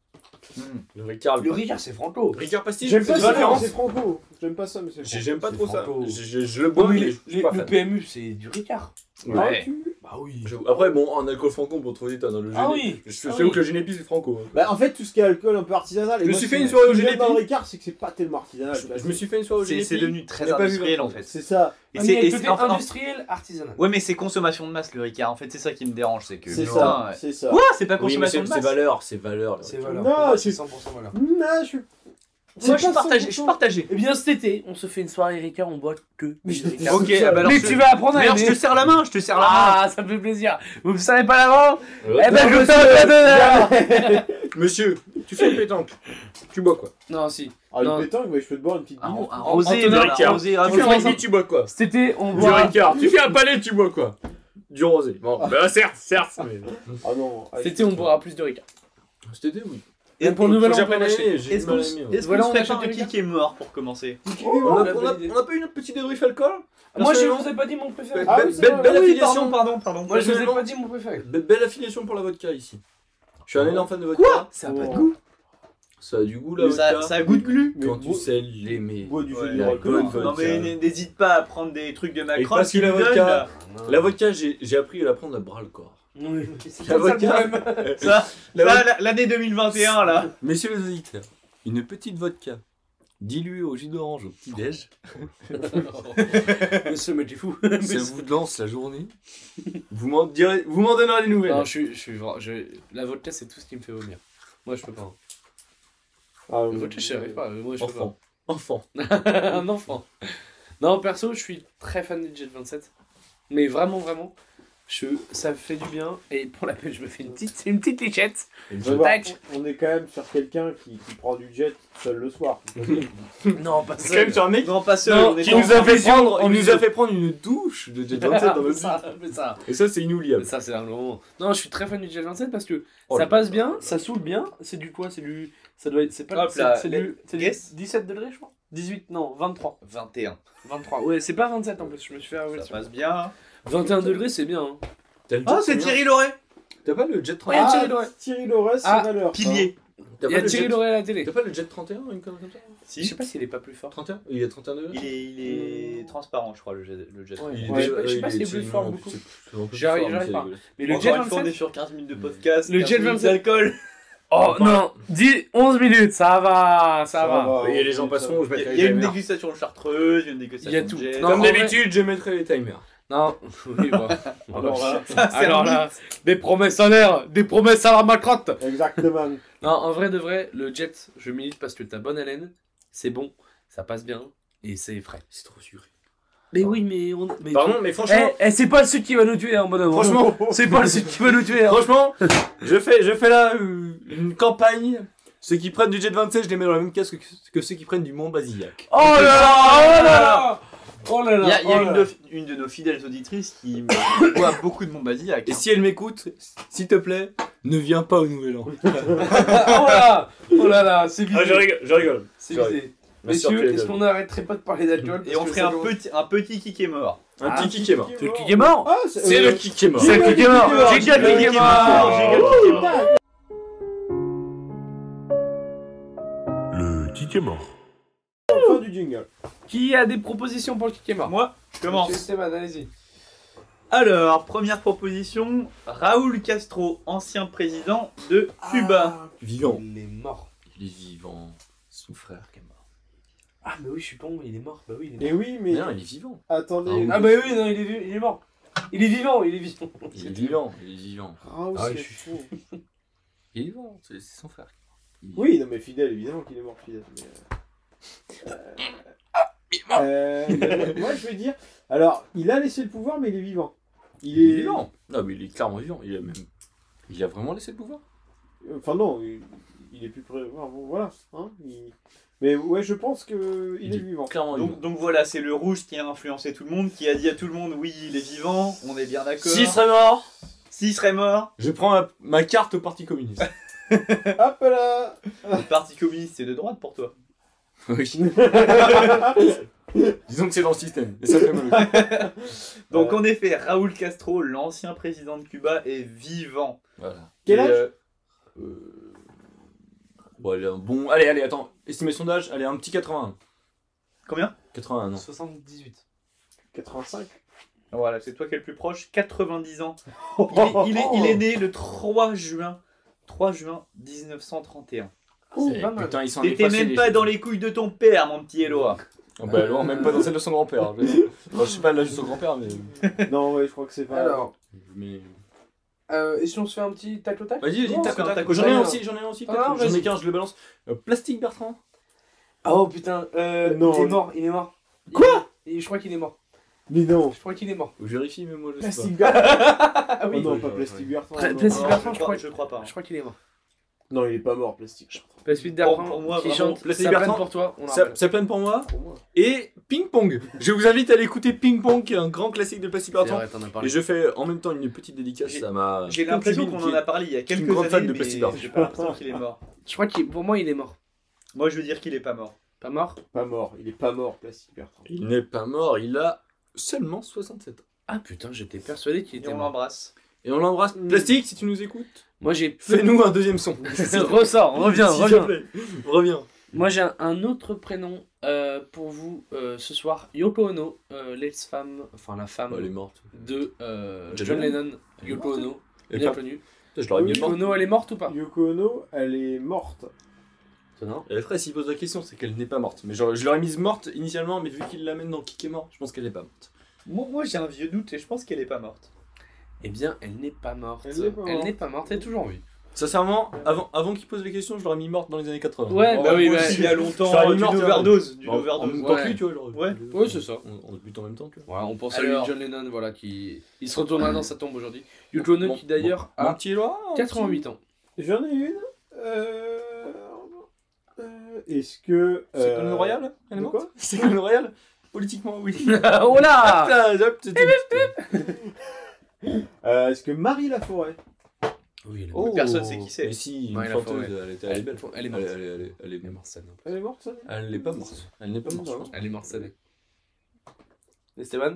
S2: Le Ricard,
S1: Le Ricard, c'est franco.
S2: Ricard Pastille,
S4: J'aime pas
S2: c'est
S4: ça,
S2: une
S4: mais
S2: référence.
S4: c'est franco. J'aime pas ça, mais c'est
S2: J'ai-
S4: franco.
S2: J'aime pas
S1: C'est
S2: trop ça.
S1: franco.
S2: Je, je- je le bois,
S1: Oui,
S2: mais
S1: les-
S2: je suis
S1: les-
S2: pas
S1: le
S2: fan.
S1: PMU, c'est du Ricard.
S4: Ah,
S2: Ouais.
S4: tu-
S1: Bah oui.
S2: J'avoue. Après, bon, en alcool franco, on peut trouver des tonnes. hein, Le
S1: Ah
S2: Gené-
S1: oui.
S2: Je
S1: Ah
S2: sais où
S1: oui.
S2: que le Génépi, c'est franco. hein.
S4: Bah, en fait, tout ce qui est alcool un peu artisanal. et
S2: Je me
S4: moi,
S2: suis
S4: ce
S2: fait
S4: qui-
S2: une soirée au
S4: ce qui me gêne
S2: Génépi.
S4: dans le Ricard, c'est que Ah, bah c'est pas tellement artisanal.
S2: Je, je me suis fait une soirée au
S3: C'est-
S2: Génépi.
S3: c'est devenu très
S2: y a pas vu
S3: industriel en fait.
S4: C'est ça.
S3: Et
S1: Ah,
S3: c'est-
S1: mais il y
S3: et
S1: a
S3: c'est
S1: le côté
S3: enfin-
S1: industriel, artisanal.
S3: Ouais, mais c'est consommation de masse le Ricard. En fait, c'est ça qui me dérange, c'est que.
S4: C'est
S3: Putain,
S4: ça.
S3: ouais.
S4: C'est ça.
S3: Quoi C'est pas
S2: Oui, mais
S3: consommation
S2: c'est
S3: de
S2: c'est
S3: masse.
S2: valeur, c'est valeur. là.
S1: C'est valeur.
S4: Non,
S1: Pour moi, c'est
S4: c'est-
S1: 100% valeur.
S4: Non, je suis.
S3: Moi, je
S4: C'est
S3: suis
S4: pas
S3: partagé.
S4: 100%.
S3: Je suis partagé.
S1: Eh bien, cet été, on se fait une soirée Ricard, on boit que [LAUGHS] du Ricard.
S3: Ok, ah bah alors.
S1: mais
S3: je-
S1: tu vas apprendre à
S3: Mais alors, je te
S1: aimer.
S3: serre la main. Je te serre la main.
S1: Ah, ça me fait plaisir. Vous ne savez pas l'avant
S2: Ouais.
S1: Eh ben, je vous la
S2: Monsieur, tu fais une pétanque. Tu bois quoi
S1: Non, si.
S4: Ah,
S1: Non.
S4: une pétanque, ouais, je peux te boire une petite
S3: Un
S4: bière.
S3: un rosé,
S1: Antonin
S3: un
S2: Ricard.
S3: rosé,
S2: Tu fais
S3: rosé.
S2: un rugby, tu bois quoi
S1: Cet été, on
S2: Du
S1: boit.
S2: Ricard. Tu fais un palais, tu bois quoi Du rosé. Bon, bah certes, certes. mais-
S4: Ah non.
S1: Cet été, on boira plus de Ricard.
S2: Cet été, oui.
S1: Et pour le
S2: Faut
S1: nouvel
S2: que
S1: an, on peut
S2: j'apprenne
S1: en
S2: à
S1: acheter.
S2: aimer, j'ai
S3: Est-ce
S2: du mal
S3: qu'on
S2: à
S3: se-
S2: aimer, ouais.
S3: est-ce
S1: Voilà,
S3: qu'on
S1: on
S3: se fait
S1: achète
S3: pas
S1: le
S3: un qui
S1: Ricard.
S3: qui est mort pour commencer
S2: On
S1: Oh,
S2: a,
S1: la
S2: on a-
S1: bonne idée.
S2: on a pas eu notre petit débrief alcool
S1: Moi, je
S2: Personnellement-
S1: vous ai pas dit mon préféré.
S2: Belle,
S4: Ah oui, c'est
S2: belle-
S4: vrai.
S2: belle
S3: Ah oui,
S2: affiliation.
S3: pardon, pardon.
S1: Moi, je vous ai
S2: personnellement-
S1: pas dit mon préféré.
S2: Ah. Be- Belle affiliation pour la vodka ici. Je suis un énorme fan de vodka.
S3: Ça a pas de
S4: Oh.
S3: goût.
S2: Ça a du goût là.
S3: ça,
S2: vodka.
S3: ça goûte glu.
S4: Mais
S2: Quand tu
S4: bois-
S2: sais l'aimer.
S4: bois du jus
S3: Ouais,
S4: de
S2: la
S4: raccord.
S2: bonne
S4: Ah,
S3: Non
S2: vodka.
S3: mais n- n'hésite pas à prendre des trucs de Macron.
S2: parce que
S3: qui
S2: la
S3: nous donnent,
S2: vodka-
S3: là.
S2: La vodka, j'ai j'ai appris à la prendre à bras le corps.
S1: Oui, oui, c'est
S2: La
S1: ça le
S2: vodka.
S1: problème.
S3: Ça,
S2: La
S3: ça, la- l'année 2021 là.
S2: Messieurs les auditeurs, une petite vodka diluée au jus d'orange au petit-déj,
S1: Monsieur, mais t'es fou.
S2: ça vous lance la journée. Vous m'en direz- vous m'en donnerez des nouvelles.
S1: Non, je suis, je suis vra- je- La vodka, c'est tout ce qui me fait vomir. Moi, je peux pas. hein.
S4: Ah,
S1: La
S4: oui.
S1: vodka, je n'arrive pas. mais Moi, je peux
S2: Enfant. Enfant.
S1: pas. [LAUGHS] Un enfant. Non, perso, je suis très fan du Jet 27. Mais vraiment, vraiment. Je... Ça me fait du bien. Et pour la peine, je me fais une petite, une petite lichette.
S4: Je veux voir,
S1: Tac.
S4: on est quand même sur quelqu'un qui, qui prend du jet seul le soir.
S1: Non, pas
S2: C'est quand même sur un mec
S3: Grand passeur.
S1: Non,
S3: on est
S2: qui
S3: dans-
S2: nous a fait prendre, il nous a fait prendre une douche de Jet
S1: [LAUGHS]
S2: 27 dans
S1: mais
S2: notre vie.
S1: ça, mais ça,
S2: Et ça, c'est
S1: mais
S2: inoubliable.
S1: ça c'est un grand moment. Non, je suis très fan du Jet 27 parce que
S2: Oh
S1: ça
S2: là
S1: passe
S2: là.
S1: bien, ça saoule bien. C'est du quoi C'est du. Ça doit être. C'est pas.
S3: Hop
S1: c'est-
S3: là,
S1: C'est du. c'est du
S3: guess.
S1: 17 degrés, je crois. 18, non, 23.
S3: 21.
S1: 23. Ouais, c'est pas 27 en plus, je me suis fait avouer
S3: Ça
S1: sur-
S3: passe bien. hein.
S1: 21 degrés, c'est bien. hein.
S2: T'as le
S3: Ah
S2: Jet
S3: c'est
S2: combien
S3: Thierry Loret.
S2: T'as pas le Jet 31
S1: Il y a Thierry Loret.
S4: Ah, Thierry Loret, c'est
S1: Ah,
S4: valeur.
S3: Pilier.
S2: T'as
S1: Il y
S2: pas
S1: a
S2: le
S1: Thierry
S2: Jet-
S1: Loret à la télé.
S2: T'as pas le Jet 31 une connerie comme ça
S1: Je sais pas s'il est pas plus fort.
S2: 31 Il y a 31 degrés
S3: Il est, il est transparent je crois le jet. Le jet.
S1: Ouais.
S2: Il est
S1: je sais
S2: déjà-
S1: pas- je sais
S2: euh,
S1: pas
S2: il
S1: s'il
S2: est
S1: est plus
S2: tellement-
S1: fort beaucoup.
S2: c'est- c'est un peu
S1: J'arrive-
S2: fort, mais
S1: j'arrive
S2: c'est
S1: pas.
S2: rigolo.
S1: Mais le
S3: Encore
S1: Jet
S3: une fois, on est
S1: 27.
S3: sur 15 minutes de podcast.
S1: Le
S3: 15
S1: Jet
S3: minutes
S1: 27.
S3: d'alcool.
S1: Oh non 10, 11 minutes, ça va, ça
S4: Ah,
S1: va.
S4: bah,
S2: Oui, et les gens passeront, je
S3: Il y a-
S2: mettrai
S3: il y
S2: les
S3: a une
S2: timers.
S3: dégustation de chartreuse, il y a une
S1: Il y a
S3: dégustation
S1: tout.
S3: de jet.
S1: Non, en
S2: Comme
S1: vrai-
S2: d'habitude, je mettrai les timers.
S1: Non, oui, bon.
S4: Alors là,
S1: [LAUGHS] Alors là, des promesses en l'air, des promesses à la macrotte.
S2: [LAUGHS]
S4: exactement.
S1: Non, en vrai de vrai, le jet, je milite parce que t'as bonne haleine, c'est bon, ça passe bien et c'est frais.
S2: C'est trop sûr.
S1: Mais oui, mais on. Mais Eh,
S2: Pardon, mais franchement,
S1: c'est pas le sud qui va nous tuer, en bonhomme. hein.
S4: Oh,
S2: franchement,
S1: c'est pas le sud qui va nous tuer. hein.
S2: franchement, je fais, je fais là euh, une campagne. Ceux qui prennent du Jet 27, je les mets dans la même casque que, que ceux qui prennent du Mont Basillac.
S1: Oh là là, oh là
S4: Ah,
S1: là, oh là là.
S3: Il y a, il y a
S1: oh là
S3: une, [LAUGHS]
S1: là.
S3: de, une de nos fidèles auditrices qui me- boit beaucoup de hein. mon basillac.
S2: Et si elle m'écoute, s'il te plaît, ne viens pas au Nouvel An.
S1: oh là, oh là là, c'est visé.
S2: rigole, Ah, je rigole.
S1: c'est visé. Messieurs, est-ce qu'on arrêterait pas de parler d'alcool
S3: Et on ferait un petit, un petit kick est mort.
S2: Un
S1: Ah,
S2: petit kick est mort.
S1: Le kick est mort.
S4: Ah,
S2: C'est le kick qui est mort.
S1: Oh, C'est le kick est mort.
S4: Le
S1: J'ai le kick est mort. Ah,
S3: J'ai
S5: Le ticket mort.
S4: fin du jingle.
S1: Qui a des propositions pour le kick est mort
S3: Moi, je
S1: Monsieur
S3: commence.
S1: Esteban, allez-y.
S3: Alors, première proposition, Raoul Castro, ancien président de Cuba.
S2: Vivant.
S1: Il est mort.
S2: Il est vivant. Son frère qui est mort.
S1: Ah, mais oui, je suis con, il est mort. Bah oui, il est mort.
S4: Et oui, mais
S2: Non, il est vivant.
S4: attendez.
S1: Ah bah oui, non, il est, vi- il est mort. Il est vivant, il est vivant.
S2: Il est vivant. Il est vivant.
S4: Raoult,
S2: Ah,
S4: c'est
S2: je suis
S4: fou.
S2: Il est vivant. C'est c'est son frère.
S4: Oui, non, mais fidèle, évidemment qu'il est mort fidèle. mais, euh, euh, euh, mais moi, je vais dire. Alors, il a laissé le pouvoir, mais il est vivant. Il
S2: Il est
S4: est.
S2: vivant. Non, mais il est clairement vivant. Il a même. Il a vraiment laissé le pouvoir.
S4: Enfin, non, il, il est plus près. enfin, bon, voilà. hein, il- Mais ouais, je pense que il
S2: Il
S4: est
S2: est
S4: vivant.
S2: Clairement vivant.
S3: Donc, donc voilà, c'est le rouge qui a influencé tout le monde, qui a dit à tout le monde oui, il est vivant, on est bien d'accord.
S2: S'il serait mort,
S3: S'il serait mort,
S2: euh, je prends ma, ma carte au Parti communiste.
S4: Hop là
S3: le Parti communiste c'est de droite pour toi.
S2: [LAUGHS] [LAUGHS] oui. Disons que c'est dans le système. Et ça fait mal. [LAUGHS]
S3: Donc
S4: Euh.
S3: en effet, Raoul Castro, l'ancien président de Cuba, est vivant.
S2: Voilà.
S4: Quel
S3: Et,
S4: âge
S3: euh,
S2: Euh... Bon, allez, un bon. Allez, allez, attends. Estimation d'âge, allez, un petit 81.
S3: Combien
S2: 81 ans.
S1: 78.
S4: 85
S3: Voilà, c'est toi qui es le plus proche, 90 ans. Il est, il est- il est né le 3 juin. 3 juin 1931.
S1: Oh,
S2: Eh,
S1: pas mal.
S2: Putain, ils sont
S3: T'étais même pas dans les couilles de ton père, mon petit Eloi.
S2: Oh, bah, alors, même pas dans celle de son grand-père. Je, Enfin, je sais pas l'âge de son grand-père, mais.
S4: [LAUGHS] Non, ouais, je crois que c'est pas.
S1: Alors,
S2: mais...
S1: euh, et si on se fait un petit tac au tac
S2: Vas-y, vas-y,
S3: Non,
S2: tac,
S3: c'est un
S2: tac.
S3: tac.
S2: J'en ai un aussi, j'en ai un aussi.
S1: Ah,
S2: tac.
S1: non,
S2: j'en ai
S1: vas-y.
S2: qu'un, je le balance. Euh, plastique Bertrand.
S1: Oh putain, euh,
S4: Non.
S1: il est mort, il est mort. Quoi Je crois qu'il est mort.
S4: Mais
S1: [LAUGHS]
S4: non
S1: Je crois qu'il est mort.
S2: Je vérifie, mais moi je sais
S4: Plastic Bertrand
S1: Ah
S4: Oh
S1: oui.
S4: non,
S2: oui,
S4: pas
S2: oui,
S4: Plastic
S2: oui.
S4: Bertrand.
S1: Pla-
S4: non.
S1: Plastic
S4: Non.
S1: Bertrand,
S3: je
S1: je
S3: crois,
S1: crois-
S3: je crois pas.
S1: Je crois qu'il est mort.
S4: Non, il est pas mort, Plastic
S1: La suite
S3: Pour-
S1: d'Arpin
S3: pour moi,
S1: qui
S3: vraiment,
S1: chante
S2: Plastic
S1: Ça plane
S2: Bertrand,
S1: pour toi. on la
S2: Ça,
S1: rappelle.
S2: ça plaît pour moi.
S4: Pour moi.
S2: Et Ping Pong. Je vous invite à aller écouter Ping Pong, qui est un grand classique de Plastic
S1: C'est
S2: Bertrand.
S1: vrai, t'en as
S2: Et
S1: parlé.
S2: je fais en même temps une petite dédicace
S3: J'ai-
S2: à ma.
S3: J'ai l'impression qu'on en a parlé il y a quelques
S2: grande
S3: années,
S2: fan de
S3: mais
S2: Plastic Bertrand.
S3: j'ai pas l'impression qu'il est mort.
S1: Je crois qu'il, pour moi, il est mort.
S3: Moi, je veux dire qu'il est pas mort.
S1: Pas mort
S4: Pas mort, il est pas mort, Plastic Bertrand.
S2: Il n'est pas mort, il a seulement 67 ans.
S1: Ah putain, j'étais persuadé qu'il
S3: Et
S1: était
S3: on
S1: mort.
S3: l'embrasse.
S2: Et on l'embrasse. Plastique, si tu nous écoutes.
S1: Moi,
S2: [LAUGHS]
S1: j'ai. [LAUGHS]
S2: Fais-nous un deuxième son. [LAUGHS]
S1: Ressors, reviens,
S2: S'il te
S1: reviens.
S2: plaît. Reviens.
S1: Moi, j'ai un- un autre prénom euh, pour vous euh, ce soir. Yoko Ono, euh, l'ex-femme, enfin la femme
S2: Oh, morte.
S1: de euh,
S2: John
S1: John Lennon.
S2: Elle est
S1: Yoko
S2: morte,
S1: Ono,
S2: Et
S1: bien
S2: pas-
S1: connue.
S2: Je l'aurais
S4: Oui,
S2: bien
S1: Yoko
S2: mort.
S1: Ono, elle est morte ou pas
S4: Yoko Ono, elle est morte.
S1: Étonnant.
S2: Et Après, s'il pose la question, c'est qu'elle n'est pas morte. Mais genre, je l'aurais mise morte initialement, mais vu qu'il l'amène dans Kick est mort, je pense qu'elle n'est pas morte.
S3: Moi, moi, j'ai un vieux doute et je pense qu'elle est pas morte.
S1: Eh bien, elle n'est pas morte.
S4: Elle n'est pas
S1: Elle
S4: morte.
S1: n'est pas morte, elle est toujours en vie.
S2: Sincèrement, avant, avant qu'il pose la question, je l'aurais mis morte dans les années 80.
S1: Ouais, bah
S3: Oh,
S1: oui,
S3: moi
S1: bah-
S3: aussi, il y a longtemps,
S2: Ça aurait
S3: euh,
S2: été
S3: d'une
S2: morte,
S3: overdose. D'une
S2: Bon, En
S3: overdose.
S2: même temps que
S1: Ouais.
S2: lui, tu vois, j'aurais-
S3: Ouais.
S1: Ouais, c'est ça.
S2: On, on se bute en même temps, tu vois.
S1: Voilà, on pense à
S3: Alors.
S1: lui, John Lennon, voilà, qui il se retournera dans sa tombe aujourd'hui. Yoko Ono,
S2: Mon-
S1: qui d'ailleurs
S2: mon- mon
S1: a
S2: petit Éloi, mon
S1: 88 ans.
S4: J'en ai une. Euh, euh, Est-ce que. euh,
S2: petit- C'est Colin Royal Elle est
S4: de
S2: morte
S4: quoi
S2: C'est Colin Royal Politiquement, oui.
S1: [LAUGHS] oh là
S2: [LAUGHS] Ah, hop, c'était-
S4: euh, Est-ce que Marie Laforêt
S1: Oui, elle est morte.
S2: Oh.
S3: Personne sait qui c'est.
S2: Mais si, une
S1: Ouais, la
S2: chanteuse,
S1: forêt.
S2: elle, était- elle est belle.
S1: Elle est morte.
S2: Elle, elle est- elle est-
S1: Elle est morte, ça, non.
S4: Elle est morte, ça
S2: elle n'est pas morte. Elle n'est pas morte, je pense.
S1: Elle est morte, ça, non.
S2: Esteban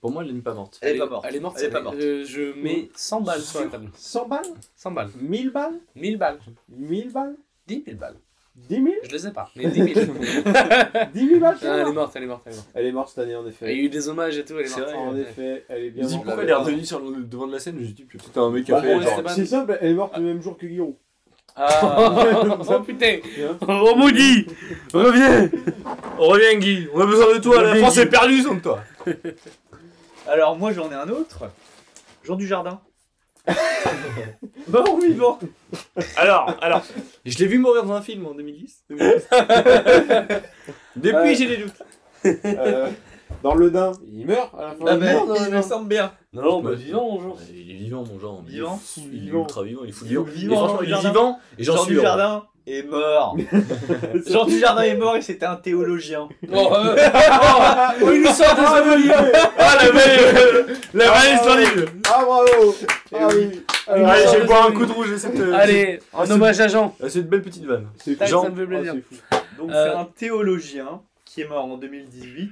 S2: Pour moi, elle n'est pas morte.
S3: Elle est pas morte.
S1: Elle est morte,
S3: Elle
S1: ça,
S3: est pas
S1: non.
S3: morte.
S1: Euh, je mets 100 balles sur la table.
S4: 100 balles
S1: 100 balles.
S4: 1000 balles
S1: 1000 balles.
S4: 1000 balles
S1: 10 000 balles.
S4: 10 000
S1: Je les sais pas, mais [LAUGHS] 10 000.
S4: 10 000 balles
S1: Ah, elle est morte, elle est morte, elle est morte.
S4: Elle est morte cette année, en
S1: Il y a
S4: effet.
S1: eu des hommages et tout, elle est
S2: C'est
S1: morte. Oh,
S2: vrai,
S4: En
S1: Ouais.
S4: effet, elle est
S2: Je me
S4: bien
S2: dis
S4: morte.
S2: pourquoi elle est revenue sur le devant de la scène, je me dis putain un mec qui
S4: Bah,
S2: a fait
S4: elle est
S1: Bon,
S2: genre.
S4: morte. C'est simple, elle est morte le même jour que Guillaume.
S2: Ah,
S1: [LAUGHS] oh putain
S2: [LAUGHS]
S4: Hein
S1: Oh maudit Reviens
S2: reviens Guy, on a besoin de toi, la France est perdue sans toi.
S3: Alors moi j'en ai un autre. Jean du Jardin.
S2: Bah
S3: Mort ou vivant
S2: Alors, alors, [LAUGHS] je l'ai vu mourir dans un film en [LAUGHS] 2010. 2010. Depuis
S4: Euh,
S2: j'ai des doutes.
S4: Euh, dans le dain, il meurt à la
S3: Ah
S4: fin. Il
S3: bah,
S4: meurt dans
S3: il
S4: le
S3: me
S4: Dain.
S3: semble bien.
S1: Non,
S2: bah,
S1: vivant, bonjour.
S2: Il est vivant mon genre. mais il est
S3: Vivant.
S2: fou, Il est
S4: Vivant.
S2: ultra vivant, il est fou de
S3: Il est
S2: vivant.
S3: vivant,
S2: Et franchement,
S3: Jean
S2: il est
S3: Dujardin.
S2: vivant et j'en
S3: Jean
S2: suis
S3: du
S2: heureux.
S3: Jardin est [LAUGHS] mort. Jean du Jardin est mort et c'était un théologien.
S1: Oh, [LAUGHS] euh, oh, oh, il nous sort des homonymes
S2: Ah [LAUGHS] la valise La valise dans les yeux.
S4: Ah bravo Ah oui Alors,
S1: Ouais,
S2: Allez,
S1: sort
S2: je
S1: des
S2: vais boire un
S1: homonymes.
S2: coup de rouge à cette. euh,
S1: Allez,
S2: Ah,
S1: en
S2: c'est-
S1: hommage à Jean.
S2: à cette belle petite vanne.
S4: C'est fou.
S1: Tac,
S2: Jean-
S1: ça me fait
S4: Ah,
S1: plaisir.
S4: c'est fou.
S3: Donc
S1: Euh.
S3: c'est un théologien qui est mort en 2018.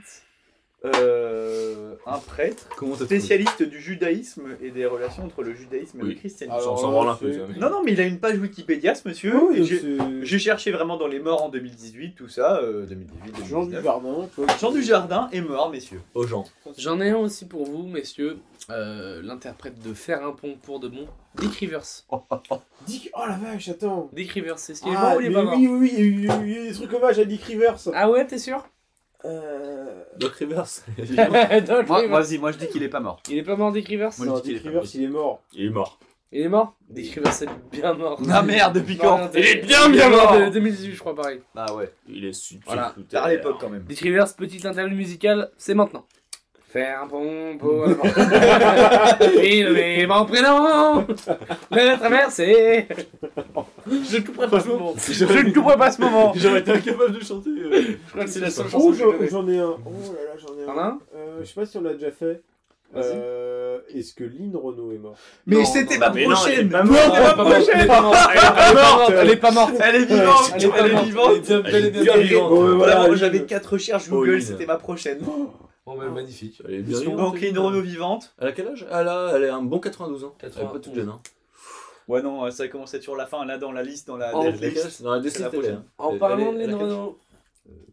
S3: Euh, un prêtre
S2: Comment t'as trouvé
S3: spécialiste du judaïsme et des relations entre le judaïsme et
S2: Oui.
S3: le christianisme.
S2: On s'en- on s'en
S4: Alors,
S2: branle un
S4: c'est-
S2: peu. ça, mais-
S3: Non non mais il a une page Wikipédia ce monsieur.
S4: Oui,
S3: et
S4: oui,
S3: j'ai-
S4: c'est-
S3: J'ai cherché vraiment dans les morts en 2018, tout ça, euh, 2018,
S4: Jean du
S3: 2019.
S4: Jardin, tu vois.
S3: Jean du Jardin est mort, messieurs.
S2: Aux gens.
S1: J'en ai un aussi pour vous, messieurs. Euh, L'interprète de Faire un pont pour de bon, Dick Rivers.
S4: Dick- Oh la vache, attends.
S1: Dick Rivers, c'est ce qu'il est
S4: Ah,
S1: mort ou il
S4: mais
S1: est pas mort
S4: oui, oui, oui, il y a eu- il y a eu des trucs hommages à Dick Rivers.
S1: Ah ouais, t'es [LAUGHS] sûr
S4: Euh...
S2: Doc Rivers.
S1: [LAUGHS] Donc,
S3: [LAUGHS] Moi,
S1: il-
S3: moi, vas-y, moi je dis qu'il est pas mort.
S1: Il est pas mort, Dick Rivers
S2: Moi, je
S4: non,
S2: dis qu'il
S4: Dick
S2: est pas
S4: Rivers,
S2: mort.
S4: il est mort.
S2: Il est mort.
S1: Il est mort Dick Rivers, c'est bien mort. [LAUGHS]
S3: Ah merde, depuis quand
S1: Il est
S2: bien, bien mort.
S1: de 2018, je crois, pareil.
S3: Ah ouais,
S2: Il est super.
S1: Voilà.
S3: tard à l'époque quand même.
S1: Dick Rivers, petite interlude musicale, c'est maintenant. Faire un pont pour le [LAUGHS] mon prénom Le [LAUGHS] traverser Je ne
S2: hein.
S1: couperai pas ce moment Je ne couperai pas ce moment
S2: J'aurais été incapable de chanter. euh.
S1: Je crois que c'est la seule chanson
S4: Oh,
S1: que je
S4: j'en
S1: connais. Hein
S4: j'en ai un. Oh là là, j'en ai
S1: T'en
S4: un.
S1: as un
S4: Euh, je sais pas si on l'a déjà fait.
S1: Vas-y.
S4: Euh, Est-ce que Lynn Renault est morte
S3: Mais
S1: Non,
S3: c'était
S1: non,
S3: ma
S2: mais non,
S3: prochaine
S2: il est pas
S3: Non,
S2: mort.
S3: c'était ma prochaine
S1: Elle est pas morte, elle est pas morte, elle est pas morte
S3: Elle est vivante
S1: Elle est pas
S3: Elle est
S1: morte.
S3: vivante
S2: Elle est
S1: bien
S2: bien
S1: vivante.
S2: vivante.
S4: Ouais, voilà,
S3: Vraiment,
S4: elle est
S3: j'avais
S4: vive.
S3: 4 recherches
S2: Oh,
S3: Google,
S2: Lynn.
S3: c'était ma prochaine.
S2: Oh.
S1: Bon, bah, magnifique.
S2: Elle est bien
S3: Donc Lynn Renault vivante.
S2: Elle a quel âge Elle a, elle a un bon 92 ans. Elle est pas toute jeune. Hein.
S3: Ouais, non, ça commençait sur la fin, là dans la liste, dans la.
S1: Oh,
S3: dans la
S2: Elle a quel
S3: liste.
S2: âge Dans la
S3: C'est la
S2: destinée, elle est, hein.
S1: En
S2: Elle-
S1: parlant
S2: elle
S1: de
S2: est-
S1: Lynn
S2: elle a quel âge
S1: Renault,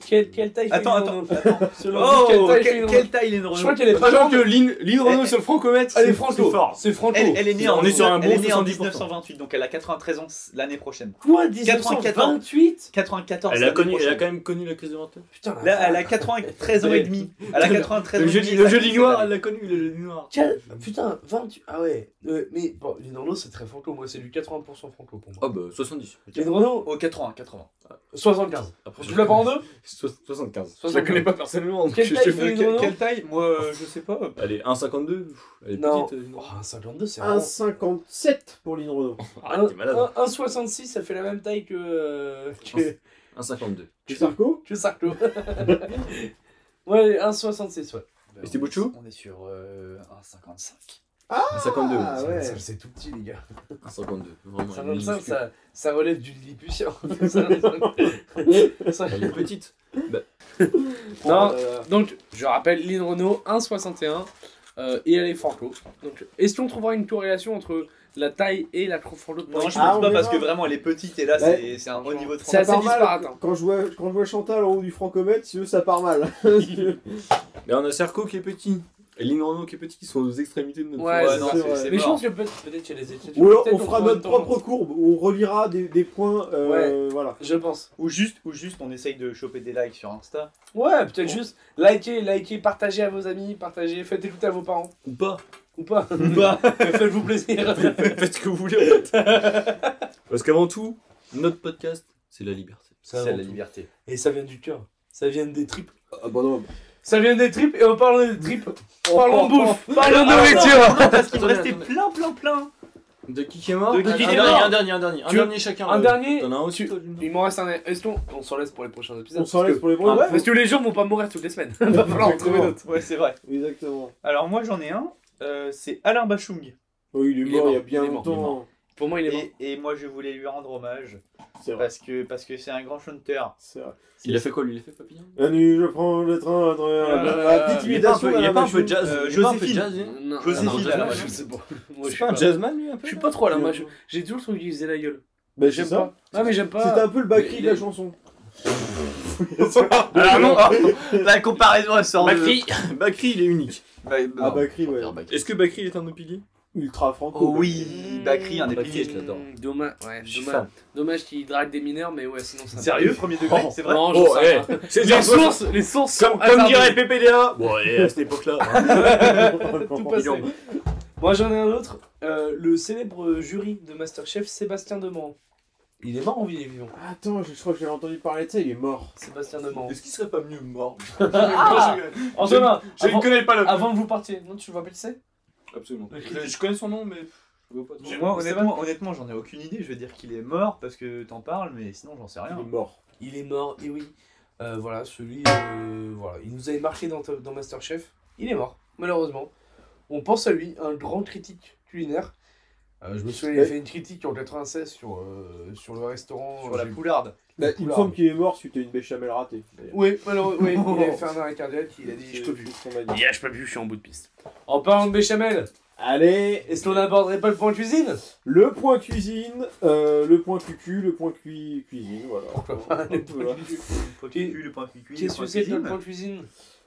S1: quelle, quelle taille fait
S3: Attends,
S1: Lynn
S3: attends,
S1: Renault
S3: attends.
S1: Selon vous, quelle
S3: Oh,
S1: taille fait
S3: quelle,
S1: Lynn Renault
S3: quelle taille Lynn Renault
S1: Je crois qu'elle est pas
S2: Sachant
S1: morte
S2: que Lynn, Lynn Renault
S3: Elle-
S2: sur le francomètre,
S1: Elle est
S2: c'est- c'est
S1: franco
S2: fort.
S1: C'est franco
S3: Elle, elle est née en,
S2: On est sur un bon
S3: elle est née en
S2: 70%.
S3: 1928, donc elle a 93 ans l'année prochaine.
S1: Quoi
S3: 1928? 94
S2: Elle a,
S3: l'année
S2: connu, elle
S3: prochaine.
S2: a quand même connu la crise de l'antenne.
S1: Putain, la
S3: Là, elle a 93 ans et demi. Elle a 93 ans.
S2: Ah, Le
S3: et
S2: jeudi,
S3: demi,
S2: le
S3: ça,
S2: jeudi
S3: c'est
S2: noir,
S3: la-
S2: elle l'a connu, le jeudi noir.
S1: Quel- Putain, 28. Ah ouais. Euh, mais bon, Lynn Renault, c'est très franco. Moi, c'est du 80% franco pour moi.
S2: Oh bah 70.
S1: Lynn Renault,
S3: Oh, 80, 80.
S1: 75.
S2: Après,
S1: Tu la prends en deux
S2: So- 75. Je la
S1: 75.
S2: connais pas personnellement. donc
S1: Quelle
S2: je-
S1: taille
S2: je-
S1: fait Lynn
S3: Que-
S1: Renault
S3: quelle taille Moi, euh, je sais pas.
S2: Elle est 1,52. pff, Elle est
S1: Non.
S2: petite. euh, Lynn
S1: Oh,
S2: Renault.
S1: un 52, c'est vraiment.
S4: 1,57 pour Lynn Renault.
S2: Ah, t'es malade.
S1: 1,66, ça fait la même taille que. euh, que,
S2: 1,52.
S4: Tu Sarko
S1: que Sarko. [LAUGHS] ouais, 1,66, ouais.
S2: Et c'était Bocho
S3: Bah, On est sur euh, un 55.
S2: 1,52.
S4: Ah ouais.
S1: Ça, C'est tout petit, les gars.
S2: 1,52. Vraiment. elle est
S1: 55,
S2: minuscule.
S1: ça, ça relève du
S3: [LAUGHS]
S1: Lilliputien. Ça-
S2: Elle est petite.
S1: [LAUGHS] Non.
S4: Oh là là.
S1: Donc, je rappelle, Lynn Renault, 1,61, euh, et elle est franco. Donc, est-ce qu'on trouvera une corrélation entre la taille et la profondeur de
S3: Non, je pense
S1: porridge.
S4: Ah, on
S3: pas
S4: est
S3: parce que
S4: loin.
S3: vraiment elle est petite et là
S4: Ouais.
S3: c'est- c'est un haut niveau de
S1: C'est
S3: français.
S1: assez
S4: part mal.
S1: disparate. hein.
S4: Quand je vois, quand je vois Chantal en haut du francomètre, si veux, ça part mal.
S2: Mais on a Serco qui est petit. Et Lingorno qui est petit, qui sont aux extrémités de notre
S1: Ouais,
S2: forêt.
S3: Ouais, non,
S4: c'est vrai.
S3: c'est- c'est
S1: Mais je
S3: mort.
S1: pense que peut-être peut-être chez les études.
S4: Ou alors
S1: peut-être
S4: on fera
S1: prend
S4: notre
S1: une
S4: propre
S1: tangente.
S4: courbe, on reliera des, des points. euh, Voilà.
S1: Je pense.
S3: Ou juste, ou juste on essaye de choper des likes sur Insta.
S1: Ouais, peut-être juste likez, likez, partagez à vos amis, partagez, faites écouter à vos parents.
S2: Ou pas.
S1: Ou pas.
S3: Ou pas.
S1: [LAUGHS] Faites-vous plaisir.
S2: [LAUGHS] Faites ce que vous voulez. en fait. Parce qu'avant tout, notre podcast, c'est la liberté.
S3: C'est
S2: avant
S3: la
S2: tout.
S3: liberté.
S1: Et ça vient du cœur. Ça vient des tripes.
S4: Ah, bah non.
S1: Ça vient des tripes et on parle des tripes.
S4: Oh,
S1: Parlons
S4: oh,
S1: bouffe.
S3: Ah,
S1: Parlons nourriture.
S3: Parce qu'il me
S2: Attendez,
S3: restait
S2: attendez.
S3: plein, plein, plein.
S2: De qui qui est mort Euh,
S3: De qui
S2: Un
S3: qui est
S2: dernier,
S3: mort
S2: Un dernier, un dernier. Un
S1: Tu-
S2: dernier chacun.
S1: Un
S2: euh,
S1: dernier.
S2: T'en as un aussi,
S1: Tu-
S2: toi, Lino
S1: Il m'en reste un. Est-ce qu'on on s'en laisse pour les prochains épisodes
S4: On s'en
S1: parce
S4: laisse
S1: que-
S4: pour les bras.
S1: Parce que les gens vont pas mourir toutes les semaines. [LAUGHS] Il va
S3: Ah,
S1: falloir en trouver d'autres.
S3: Ouais, c'est vrai.
S4: Exactement.
S3: Alors moi j'en ai un. euh, c'est Alain Bachung.
S4: Oh, il est
S1: Il est
S4: mort il y a
S1: mort,
S4: bien
S1: il est mort, il est
S4: longtemps.
S1: Pour moi, il est mort.
S3: Et, et moi je voulais lui rendre hommage
S4: C'est vrai.
S3: parce que parce que c'est un grand chanteur. [LAUGHS]
S4: C'est vrai.
S2: Il a fait quoi lui Il a fait papillon
S4: La nuit, je prends le train à travers la- la petite
S2: Il est pas un
S4: imitation.
S2: peu- il est
S4: Madame
S2: pas un peu
S4: Machou.
S2: jazz.
S3: Euh,
S2: il est pas un peu
S3: Joséphine.
S2: jazz, hein
S1: Non,
S3: Joséphine,
S1: non,
S3: là,
S1: moi,
S3: ouais.
S1: je sais pas. Moi, je
S2: C'est
S1: suis
S2: pas un
S1: pas.
S2: jazzman lui un peu
S1: Je suis pas trop à la moi. je-
S4: Bah,
S1: J'ai toujours le truc qu'il faisait la gueule.
S4: c'est
S1: J'aime
S4: ça.
S1: pas. Non, mais j'aime
S4: C'était
S1: pas.
S4: un peu le Bakri de la
S1: les-
S4: chanson.
S3: Alors Ah, non, Euh, [LAUGHS] la comparaison elle sort de...
S2: Bakri Bakri il est unique.
S3: Bah, bah,
S4: Ah, Bakri, ouais.
S2: Est-ce que Bakri il est un de nos piliers
S4: Ultra franco.
S3: Oh
S4: [LAUGHS]
S3: oui, Bakri, un des
S2: Bah,
S3: piliers.
S2: je l'adore.
S1: Dommage, ouais, dommage, dommage qu'il drague des mineurs, mais ouais, sinon ça.
S3: Sérieux, premier degré, c'est vrai
S1: Non, je
S2: Oh,
S1: sais
S2: eh,
S1: pas.
S2: C'est
S1: Les
S2: bien
S1: sources, les sources sont
S2: Comme, comme
S1: hasardeuses.
S2: dirait PPDA Bon, et à cette époque-là.
S1: [LAUGHS]
S2: hein.
S1: tout
S4: Tout
S1: passé. Moi j'en ai un autre, euh, le célèbre jury de Masterchef Sébastien Demant. Il est mort ou il est vivant
S4: Attends, je je crois que j'avais entendu parler de ça, il est mort.
S1: Sébastien Demant. Ah
S2: Est-ce qu'il serait pas
S1: [LAUGHS]
S2: mieux mort
S1: Antonin,
S2: Je ne
S1: avant,
S2: connais pas le.
S1: avant que vous partiez, non, tu vois pas qui c'est
S2: Absolument. Je, je connais son nom, mais. je vois pas son nom.
S3: Moi, honnêtement, honnêtement, j'en ai aucune idée. Je veux dire qu'il est mort parce que t'en parles, mais sinon, j'en sais
S4: Il est
S3: rien.
S4: mort.
S1: Il est mort, et oui. Euh, voilà, celui. euh, voilà, il nous avait marqué dans, dans Masterchef. Il est mort, malheureusement. On pense à lui, un grand critique culinaire. Euh, je me souviens, il a fait une critique en 96 sur, euh, sur le restaurant. euh,
S3: Sur la poularde.
S4: Bah, il me semble qu'il est mort suite à une béchamel ratée. d'ailleurs.
S1: Oui, malheureusement, oui, il avait fait un arrêt cardiaque, il a dit euh,
S4: C'est-
S1: Je peux plus.
S4: c'est ce qu'on a dit.
S1: Yeah, je peux plus, je suis en bout de piste. En parlant de béchamel,
S4: Allez,
S1: est-ce qu'on n'aborderait pas le point cuisine
S4: le point cuisine, euh, le point cucu, le point cuit cuisine, voilà. Voilà.
S3: Point cucu, le point cucu, le
S1: Qu'est-ce
S3: point
S1: que c'est que le
S3: cuisine.
S1: point cuisine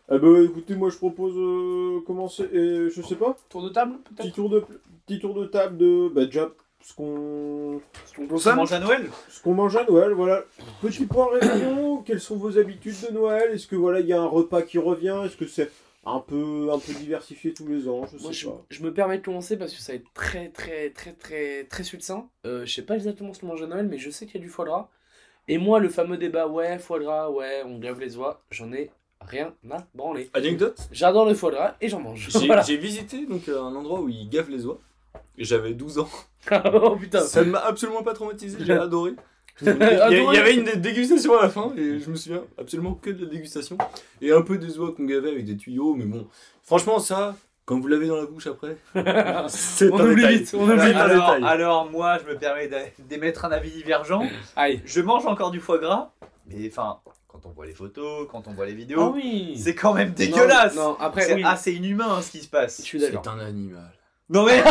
S4: Ah bah écoutez, moi je propose euh, commencer, euh, je sais pas,
S1: Tour de table, peut-être
S4: petit tour de petit tour de table de bah déjà ce qu'on
S1: Est-ce qu'on
S3: On
S1: consomme
S3: mange à Noël
S4: ce qu'on mange à Noël, voilà. Petit point réunion, quelles sont vos habitudes de Noël Est-ce que voilà, il y a un repas qui revient Est-ce que c'est un peu un peu diversifié tous les ans Je sais
S1: Moi, je,
S4: pas.
S1: je me permets de commencer parce que ça va être très, très, très, très, très succinct. Euh, je sais pas exactement ce qu'on mange à Noël, mais je sais qu'il y a du foie gras. Et moi, le fameux débat, ouais, foie gras, ouais, on grève les oies, j'en ai rien à branler.
S2: Anecdote
S1: J'adore le foie gras et j'en mange.
S2: Ah, J'ai
S1: Voilà. [LAUGHS]
S2: j'ai visité donc euh, un endroit où ils gavent les oies. Et J'avais 12 ans.
S1: oh putain.
S2: Ça ne m'a absolument pas traumatisé,
S1: [LAUGHS]
S2: j'ai adoré. Il y, a-
S1: Adoré.
S2: il y avait une dé- dégustation à la fin et je me souviens absolument que de la dégustation. Et un peu des oies qu'on gavait avec des tuyaux, mais bon. Franchement, ça, quand vous l'avez dans la bouche après, c'est
S1: On
S2: un
S1: oublie
S2: détail.
S1: vite, on oublie
S2: C'est
S1: vite.
S2: un
S3: alors,
S2: détail.
S3: alors, moi, je me permets d'a- d'émettre un avis divergent.
S1: Aïe.
S3: Je mange encore du foie gras, mais enfin, quand on voit les photos, quand on voit les
S1: Ah
S3: vidéos,
S1: oui.
S3: c'est quand même dégueulasse.
S1: Non, non, après,
S3: C'est
S1: oui.
S3: assez inhumain hein, ce qui se
S1: Je
S3: passe.
S1: suis d'accord.
S2: C'est un animal.
S1: [LAUGHS]
S3: Non mais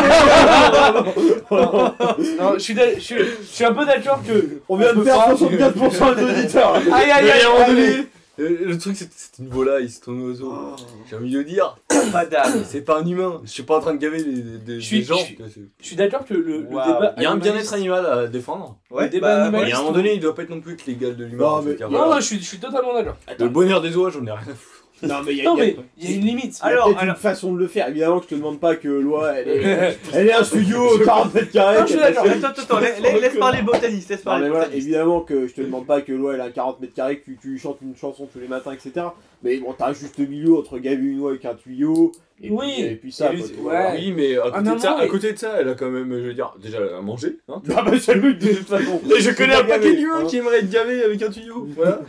S1: Non, je suis, d'a- je suis, je suis un peu d'accord que.
S4: On vient de
S1: peut
S4: perdre
S1: pas-
S4: 64% des auditeurs.
S1: Aïe aïe
S2: Et
S1: aïe,
S2: à un moment
S1: aïe, aïe.
S2: donné, euh, le truc, c'est- c'est une volaille, c'est un oiseau.
S1: Oh. [LAUGHS]
S2: J'ai envie de dire,
S3: madame.
S2: c'est pas un humain. Je suis pas en train de gaver des, des- des
S1: Je suis-
S2: gens.
S1: je suis- Je suis d'accord que le, le
S3: Waouh.
S1: débat.
S2: Il y a un
S1: animaliste-
S2: bien-être animal à défendre.
S1: Le débat
S3: bah,
S1: animal.
S2: Il y a un moment donné, il doit pas être non plus que l'égal de l'humain.
S4: Non,
S2: en fait,
S4: mais-
S2: car
S1: Non,
S2: voilà.
S1: non, je suis, je suis totalement d'accord.
S2: Le bonheur des oies, j'en ai rien à foutre.
S4: Non mais il y a,
S1: Non,
S4: il y a- Ah,
S1: mais il y a une limite.
S4: il y a
S3: Alors,
S4: peut-être
S3: alors-
S4: une façon de le faire. Évidemment que je te demande pas que loi
S1: [LAUGHS]
S4: elle [LAUGHS] est, elle est un studio 40 mètres carrés.
S1: Non, [LAUGHS] je suis
S4: qu'elle
S1: d'accord.
S4: fasse-
S3: Attends, attends, attends, la- la- laisse parler botaniste, laisse
S4: Non,
S3: parler
S4: mais voilà,
S3: botaniste.
S4: évidemment que je te demande pas que l'OL a 40 mètres carrés, que tu, tu chantes une chanson tous les matins, etc. Mais bon, t'as un juste milieu entre gaver une oie avec un tuyau. [LAUGHS] Et
S1: Oui.
S4: Puis, et puis ça,
S1: Et
S4: quoi,
S1: lui,
S4: tu vois.
S1: ouais. [LAUGHS] Ah,
S2: Oui, mais à côté,
S1: non,
S2: de ça,
S1: non,
S2: à
S1: mais-
S2: côté de ça, elle a quand même, je veux dire, déjà elle a mangé. Hein
S4: Ah bah c'est le but de toute façon.
S2: Et je connais un
S4: pas
S2: paquet
S4: gavé,
S2: d'humains
S4: hein.
S2: qui aimeraient être gavés avec un tuyau. Voilà.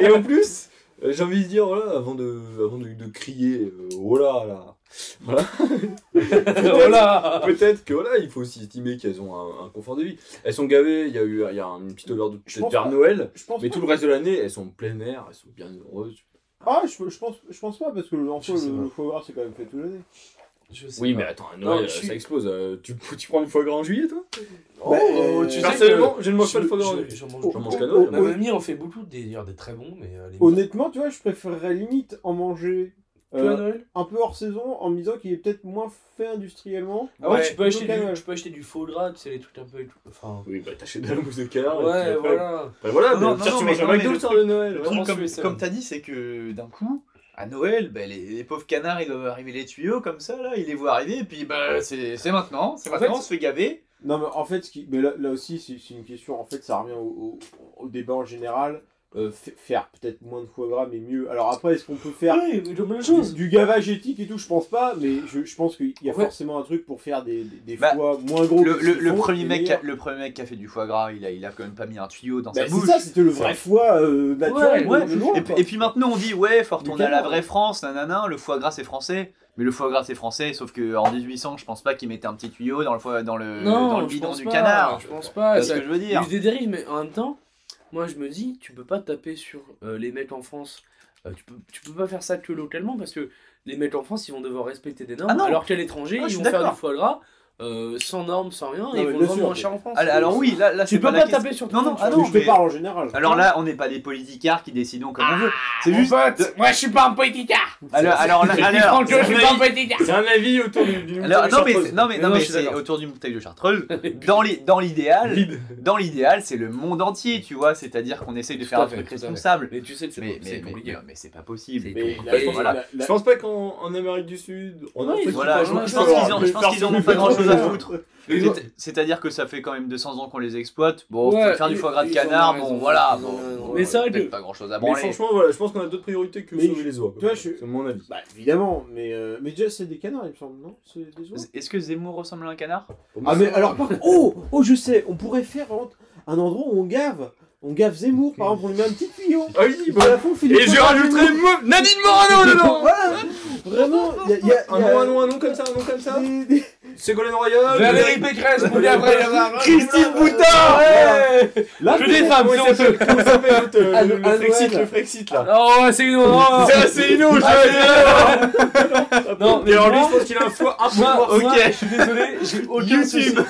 S2: Et en plus, euh, j'ai envie de dire, voilà, avant de, avant de, de crier, euh, oh là là.
S1: Oh là
S2: Peut-être que voilà, il faut aussi estimer qu'elles ont un, un confort de vie. Elles sont gavées, il y a eu il y a une petite odeur de
S4: Je pense
S2: peut-être vers
S4: pas.
S2: Noël.
S4: Je pense
S2: Mais
S4: pas.
S2: tout le reste de l'année, elles sont en plein air, elles sont bien heureuses.
S4: Ah, je, je pense, je pense pas parce que le, en
S2: Je
S4: soi,
S2: sais
S4: le,
S2: pas.
S4: le foie gras c'est quand même fait toute l'année.
S1: Je sais
S2: Oui,
S1: pas.
S2: mais attends, à
S1: Non,
S2: Noël,
S1: je suis-
S2: ça explose. euh, [LAUGHS] tu, tu prends du foie gras en juillet, toi
S1: Oh,
S4: Bah,
S1: euh, tu sais
S2: Personnellement, je ne
S1: que-
S2: mange pas le
S1: je-
S2: foie gras en
S1: je-
S2: juillet.
S1: j'en mange
S4: Oh,
S1: pas.
S2: J'en mange
S4: oh,
S2: qu'à Noël,
S4: oh,
S1: Ma mamie en fait beaucoup, des, d'ailleurs, des très bons, mais euh, les
S4: Honnêtement, tu vois, je préférerais limite en manger
S1: Toi,
S4: euh,
S1: Noël
S4: un peu hors saison en me disant qu'il est peut-être moins fait industriellement.
S1: Ah ouais,
S2: ouais,
S1: tu, peux acheter
S4: donc,
S1: du,
S4: euh,
S1: tu peux acheter du faux gras, tu sais, les trucs un peu. et tout. Enfin.
S2: Oui, bah t'achètes de la mousse de canard. et puis
S1: Ouais,
S2: après-
S1: voilà.
S2: Bah voilà,
S3: Non,
S2: bah,
S3: non,
S2: au pire,
S3: non,
S2: tu
S3: mais
S2: manges un
S3: non, mais
S2: McDo
S3: le
S2: le soir de Noël.
S1: truc-
S2: ouais.
S1: Comment
S3: comme,
S1: c'est ça
S3: comme t'as dit, c'est que d'un coup, à Noël, bah, les, les pauvres canards, ils doivent arriver les tuyaux comme ça, là, ils les voient arriver, et puis bah, c'est c'est maintenant, c'est
S1: En
S3: maintenant,
S1: fait-
S3: on se fait gaver.
S4: Non, mais en fait, ce qui... mais là, là aussi, c'est c'est une question. En fait, ça revient au, au- au débat en général. Euh, fa- faire peut-être moins de foie gras, mais mieux. Alors après, est-ce qu'on peut faire
S1: Ouais, mais la même
S4: du,
S1: chose.
S4: du gavage éthique et tout Je pense pas, mais je, je pense qu'il y a
S1: En fait-
S4: forcément un truc pour faire des, des, des
S3: Bah,
S4: foies moins gros.
S3: Le,
S4: que ce
S3: le-
S4: qu'ils
S3: le
S4: font,
S3: premier
S4: et
S3: mec qui
S4: meilleurs.
S3: a, le premier mec qui a fait du foie gras, il a, il a quand même pas mis un tuyau dans
S4: Bah,
S3: sa
S4: c'est
S3: bouche.
S4: ça, c'était le vrai foie euh, naturel.
S3: ouais,
S4: le- le loin,
S3: Et, puis-
S4: quoi.
S3: et puis maintenant on dit ouais, faut retourner à la
S4: canard.
S3: vraie France, nanana, le foie gras c'est français. Mais le foie gras c'est français, sauf que en 1800, je pense pas qu'ils mettaient un petit tuyau dans le foie, dans
S1: euh,
S3: le, Euh, dans le
S1: je
S3: bidon
S1: pense
S3: du
S1: pas,
S3: canard.
S1: Je pense
S3: C'est
S1: pas.
S3: ce
S1: ça-
S3: que je veux
S1: Il y a
S3: dire.
S1: eu des dérives, mais en même temps, moi je me dis, tu peux pas taper sur euh, les mecs en France. Euh, tu, peux, tu peux pas faire ça que localement parce que les mecs en France ils vont devoir respecter des normes
S3: Ah non.
S1: alors qu'à l'étranger
S3: Ah, je
S1: ils
S3: suis
S1: vont faire
S3: d'accord.
S1: du foie gras euh, sans normes, sans rien
S4: Non,
S1: et ils
S4: mais
S1: vont
S4: bien
S1: le vendre
S4: sûr,
S1: moins
S4: mais-
S1: cher en France.
S3: Ah, alors oui, là, là
S1: tu
S3: c'est
S1: peux
S3: pas,
S1: pas,
S3: la question.
S1: taper sur tout
S3: Non,
S1: le
S3: non,
S1: monde,
S3: ah
S1: tu
S4: Mais
S1: vois.
S3: non.
S4: je te
S3: mais-
S4: parle en général.
S3: Alors là, on n'est pas des politicards qui décidons comme
S1: Ah,
S3: on veut. C'est
S1: Mon
S3: juste.
S1: pote, moi je suis pas un politicard.
S3: Alors, alors, là-
S1: Je dis
S3: alors,
S1: franco, je suis pas un politicard.
S2: C'est un avis autour du- du.
S3: alors, non mais, c'est- non mais,
S1: Mais
S3: non,
S1: non,
S3: mais
S1: je suis
S3: c'est
S1: d'accord.
S3: autour d'une bouteille
S1: [LAUGHS]
S3: de chartreuse. Dans les- dans
S4: Ah,
S3: l'idéal,
S2: Vide.
S3: dans l'idéal, c'est le monde entier, tu vois. C'est-à-dire qu'on essaye de
S1: Tout
S3: faire
S1: à
S3: un
S1: fait,
S3: truc
S1: tout à fait.
S3: responsable.
S1: Mais tu sais que c'est
S3: Mais, mais,
S1: c'est
S3: mais,
S1: compliqué.
S3: mais- mais c'est pas possible.
S4: Mais
S3: Donc,
S4: la-
S3: euh, voilà.
S4: la- la-
S2: Je pense pas qu'en en Amérique du Sud, en
S1: Oui,
S2: Afrique,
S3: Voilà,
S2: ils
S3: je,
S2: font
S3: je
S2: ça,
S3: pense qu'ils en, je
S2: mais
S3: pense qu'ils en ont
S2: personne
S3: pas
S2: ne
S3: grand chose
S2: fait
S3: à
S2: ça.
S3: foutre.
S2: Les gens-
S3: C'est- C'est-à-dire que ça fait quand même 200 ans qu'on les exploite. Bon,
S1: Ouais,
S3: faut faire du
S1: ils-
S3: foie gras de
S1: ils en ont
S3: canard,
S1: raison,
S3: bon voilà.
S1: ils en
S3: bon,
S1: ont raison.
S3: bon,
S1: Mais c'est vrai
S3: peut-être
S1: que-
S3: pas grand chose à
S2: Mais
S3: branler.
S2: franchement, voilà, je pense qu'on a d'autres priorités que
S4: Mais
S2: sauver
S4: je-
S2: les oies. quoi.
S4: tu vois, je-
S2: C'est mon avis.
S4: Bah, évidemment, mais, euh, mais déjà, c'est des canards, il me semble, non C'est des oies
S3: Est-ce que Zemmour ressemble à un canard
S4: Ah, mais alors, par contre, oh, oh, je sais, on pourrait faire un, un endroit où on gave. On gave Zemmour, par exemple, on lui met un petit tuyau.
S2: Ah oui,
S4: À
S2: bah.
S4: la fin, on fait du
S2: Et je
S4: foie gras
S2: rajouterai
S4: Zemmour.
S2: Mo- Nadine Morano dedans
S4: Voilà Vraiment, il y a. y a-
S2: Un
S4: y a-
S2: nom, un nom, un nom comme ça, un nom comme ça.
S4: des- des-
S2: Ségolène Royal.
S1: Valérie Pécresse, vous après
S2: Christine Boutin
S1: Boutard
S4: Là,
S1: Je défends,
S2: Comment il s'appelle Comment il s'appelle l'autre, euh,
S4: Ah,
S2: le-
S4: ah,
S2: Le Frexit,
S4: Noël.
S2: le Frexit là.
S1: Oh, c'est une
S3: [LAUGHS]
S1: horreur
S2: C'est assez
S3: Ah,
S2: inouï, je
S1: Non, mais
S2: Et alors lui,
S1: moi-
S2: je pense qu'il a un foie un peu
S1: Moi,
S2: moins-
S1: moi,
S3: ok.
S1: je suis désolé, j'ai aucun
S3: YouTube,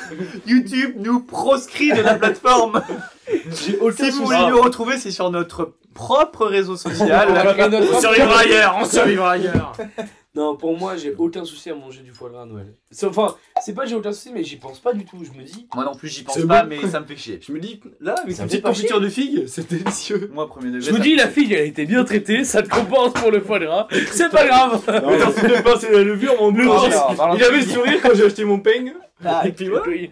S3: YouTube nous proscrit de la plateforme. [LAUGHS]
S1: souci. J'ai aucun
S3: si vous voulez
S1: souci.
S3: nous retrouver, c'est sur notre propre réseau
S1: On va
S3: social.
S1: créer notre
S2: On
S1: propre-
S2: survivra ailleurs, on survivra ailleurs.
S4: [LAUGHS]
S1: Non, pour moi, j'ai aucun souci à manger du foie gras à Noël. C'est- Enfin, c'est pas j'ai aucun souci, mais j'y pense pas du tout. Je me dis,
S3: Moi non plus, j'y pense
S2: C'est
S3: pas,
S2: bon.
S3: mais ça me fait chier.
S2: Je me dis, là, avec
S1: Ça
S2: une
S1: me fait
S2: petite
S1: pas
S2: confiture de figue, c'est délicieux.
S3: [LAUGHS] Moi, premier degré.
S1: je me
S3: ça-
S1: dis, la fille, elle a été bien traitée, ça te compense pour le foie gras. C'est pas grave.
S4: Non, mais-
S2: Putain, c'est de pincer la levure, mon dieu.
S3: Oh, non, parlons
S2: Il
S3: de
S2: avait le
S3: figue.
S2: sourire quand j'ai acheté mon peigne.
S3: Ah,
S2: Et puis voilà. Et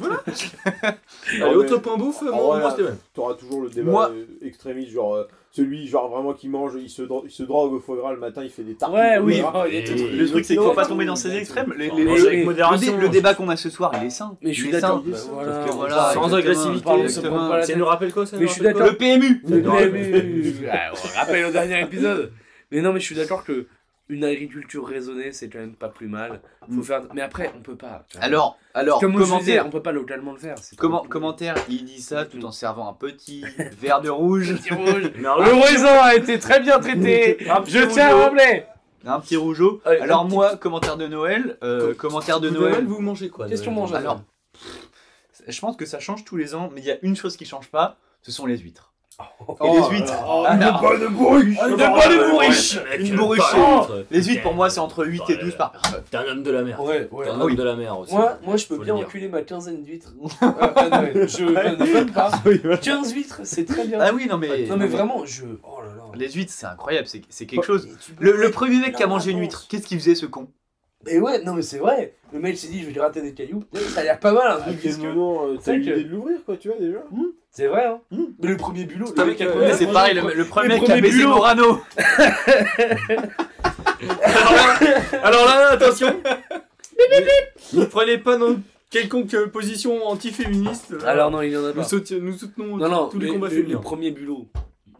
S2: voilà.
S4: mais-
S2: Allez, autre point bouffe,
S4: Ah,
S2: moi,
S4: ouais.
S2: moi, c'était même.
S4: T'auras toujours le débat
S3: Moi-
S4: euh, extrémiste, genre euh, celui genre vraiment qui mange, il se, dro- il se drogue au foie gras le matin, il fait des tartes.
S1: Ouais,
S4: au
S1: oui.
S4: foie gras.
S1: oh, il y a tout-
S2: Et-
S3: Le truc, c'est qu'il faut
S4: Non,
S3: pas
S4: non,
S3: tomber dans
S4: non,
S3: ces
S4: non,
S3: extrêmes. Les-
S2: non,
S3: les-
S2: mais
S3: les-
S2: avec
S3: le
S2: modération,
S3: dé-
S2: je
S3: Le débat qu'on a ce soir, il est sain.
S1: Mais je suis
S3: Il est
S1: d'accord.
S3: sain.
S1: Bah, voilà.
S3: Sauf que voilà,
S2: Sans
S3: exactement,
S2: agressivité,
S3: pardon,
S1: ça
S3: exactement.
S1: prend pas la
S2: Ça nous rappelle quoi ça
S1: Mais
S2: nous
S1: je suis
S2: rappelle quoi
S1: d'accord.
S3: Le PMU
S1: Le
S2: Non, mais-
S1: PMU. Ah, on rappelle au dernier épisode. Mais non, mais je suis d'accord que une agriculture raisonnée, c'est quand même pas plus mal. Faut faire... Mais après, on peut pas. tu vois.
S3: Alors, alors,
S1: Comme commentaire,
S3: commentaire.
S1: on peut pas localement le faire. c'est
S3: Comment,
S1: trop-
S3: [LAUGHS] commentaire, il dit ça tout en servant un petit [LAUGHS] verre de rouge,
S1: Petit rouge.
S2: Mais alors là,
S1: Le raisin a été très bien traité.
S2: Un petit
S1: Je tiens
S2: rouleau.
S1: à rappeler.
S3: un petit rougeau.
S1: Allez, un
S3: Alors
S1: petit-
S3: moi, commentaire de Noël, euh,
S2: Com-
S3: commentaire de
S2: Ah, vous,
S3: Noël.
S2: vous mangez quoi
S1: Qu'est-ce
S2: Noël
S1: qu'on mange à
S3: Alors, je pense que ça change tous les ans, mais il y a une chose qui change pas, ce sont les huîtres.
S1: Oh
S3: Et les huîtres,
S4: Ah, oh,
S3: Ah, alors,
S2: bonne bourriche
S1: Ah, Une
S3: bonne bourriche
S2: Avec
S3: Une
S2: une
S3: bourriche.
S2: paille.
S3: les huîtres pour moi c'est entre 8 et 12 par personne.
S2: T'es un homme de la mer.
S1: Ouais, ouais.
S2: T'es un
S3: Ah oui.
S2: homme de la mer aussi.
S1: euh, Moi, moi, je peux
S2: Faut
S1: bien
S2: le dire.
S1: enculer ma quinzaine
S3: [LAUGHS]
S1: d'huîtres. Euh, à Noël. je ne donne pas.
S4: Ah,
S1: 15 huîtres, c'est très bien.
S3: Ah oui, non mais,
S1: non, mais vraiment, je. Oh là là.
S3: les huîtres c'est incroyable, c'est c'est quelque chose.
S1: Et tu peux-
S3: Le, le premier mec
S1: La
S3: qui a mangé une
S1: réponse.
S3: huître, qu'est-ce qu'il faisait ce con
S1: Et ouais, non, mais c'est vrai. Le mec s'est dit, je vais lui rater des cailloux. Ça a l'air pas mal, hein, un
S4: À
S1: truc.
S4: quel
S1: visqueux.
S4: moment euh,
S1: C'est
S4: t'as eu
S1: que-
S4: l'idée de l'ouvrir, quoi, tu vois, déjà
S1: C'est vrai, hein.
S3: Mm.
S1: Mais le premier bulot,
S2: Putain,
S1: le mec a
S2: mais
S1: pas
S2: ouais,
S1: mal
S3: C'est
S1: mangé,
S3: pareil, le,
S1: quoi.
S3: le premier
S1: Le
S3: mec qui a
S1: premier
S3: baisé
S1: bulot. [LAUGHS]
S3: Morano.
S2: Alors là, attention Ne prenez pas nos euh, quelconque position anti-féministe.
S1: Alors, non, il y en a
S2: euh, nous,
S1: pas.
S2: soutien- nous soutenons
S1: Non, non,
S2: tous
S1: le-
S2: les combats
S1: le-
S2: féminins.
S1: le premier bulot.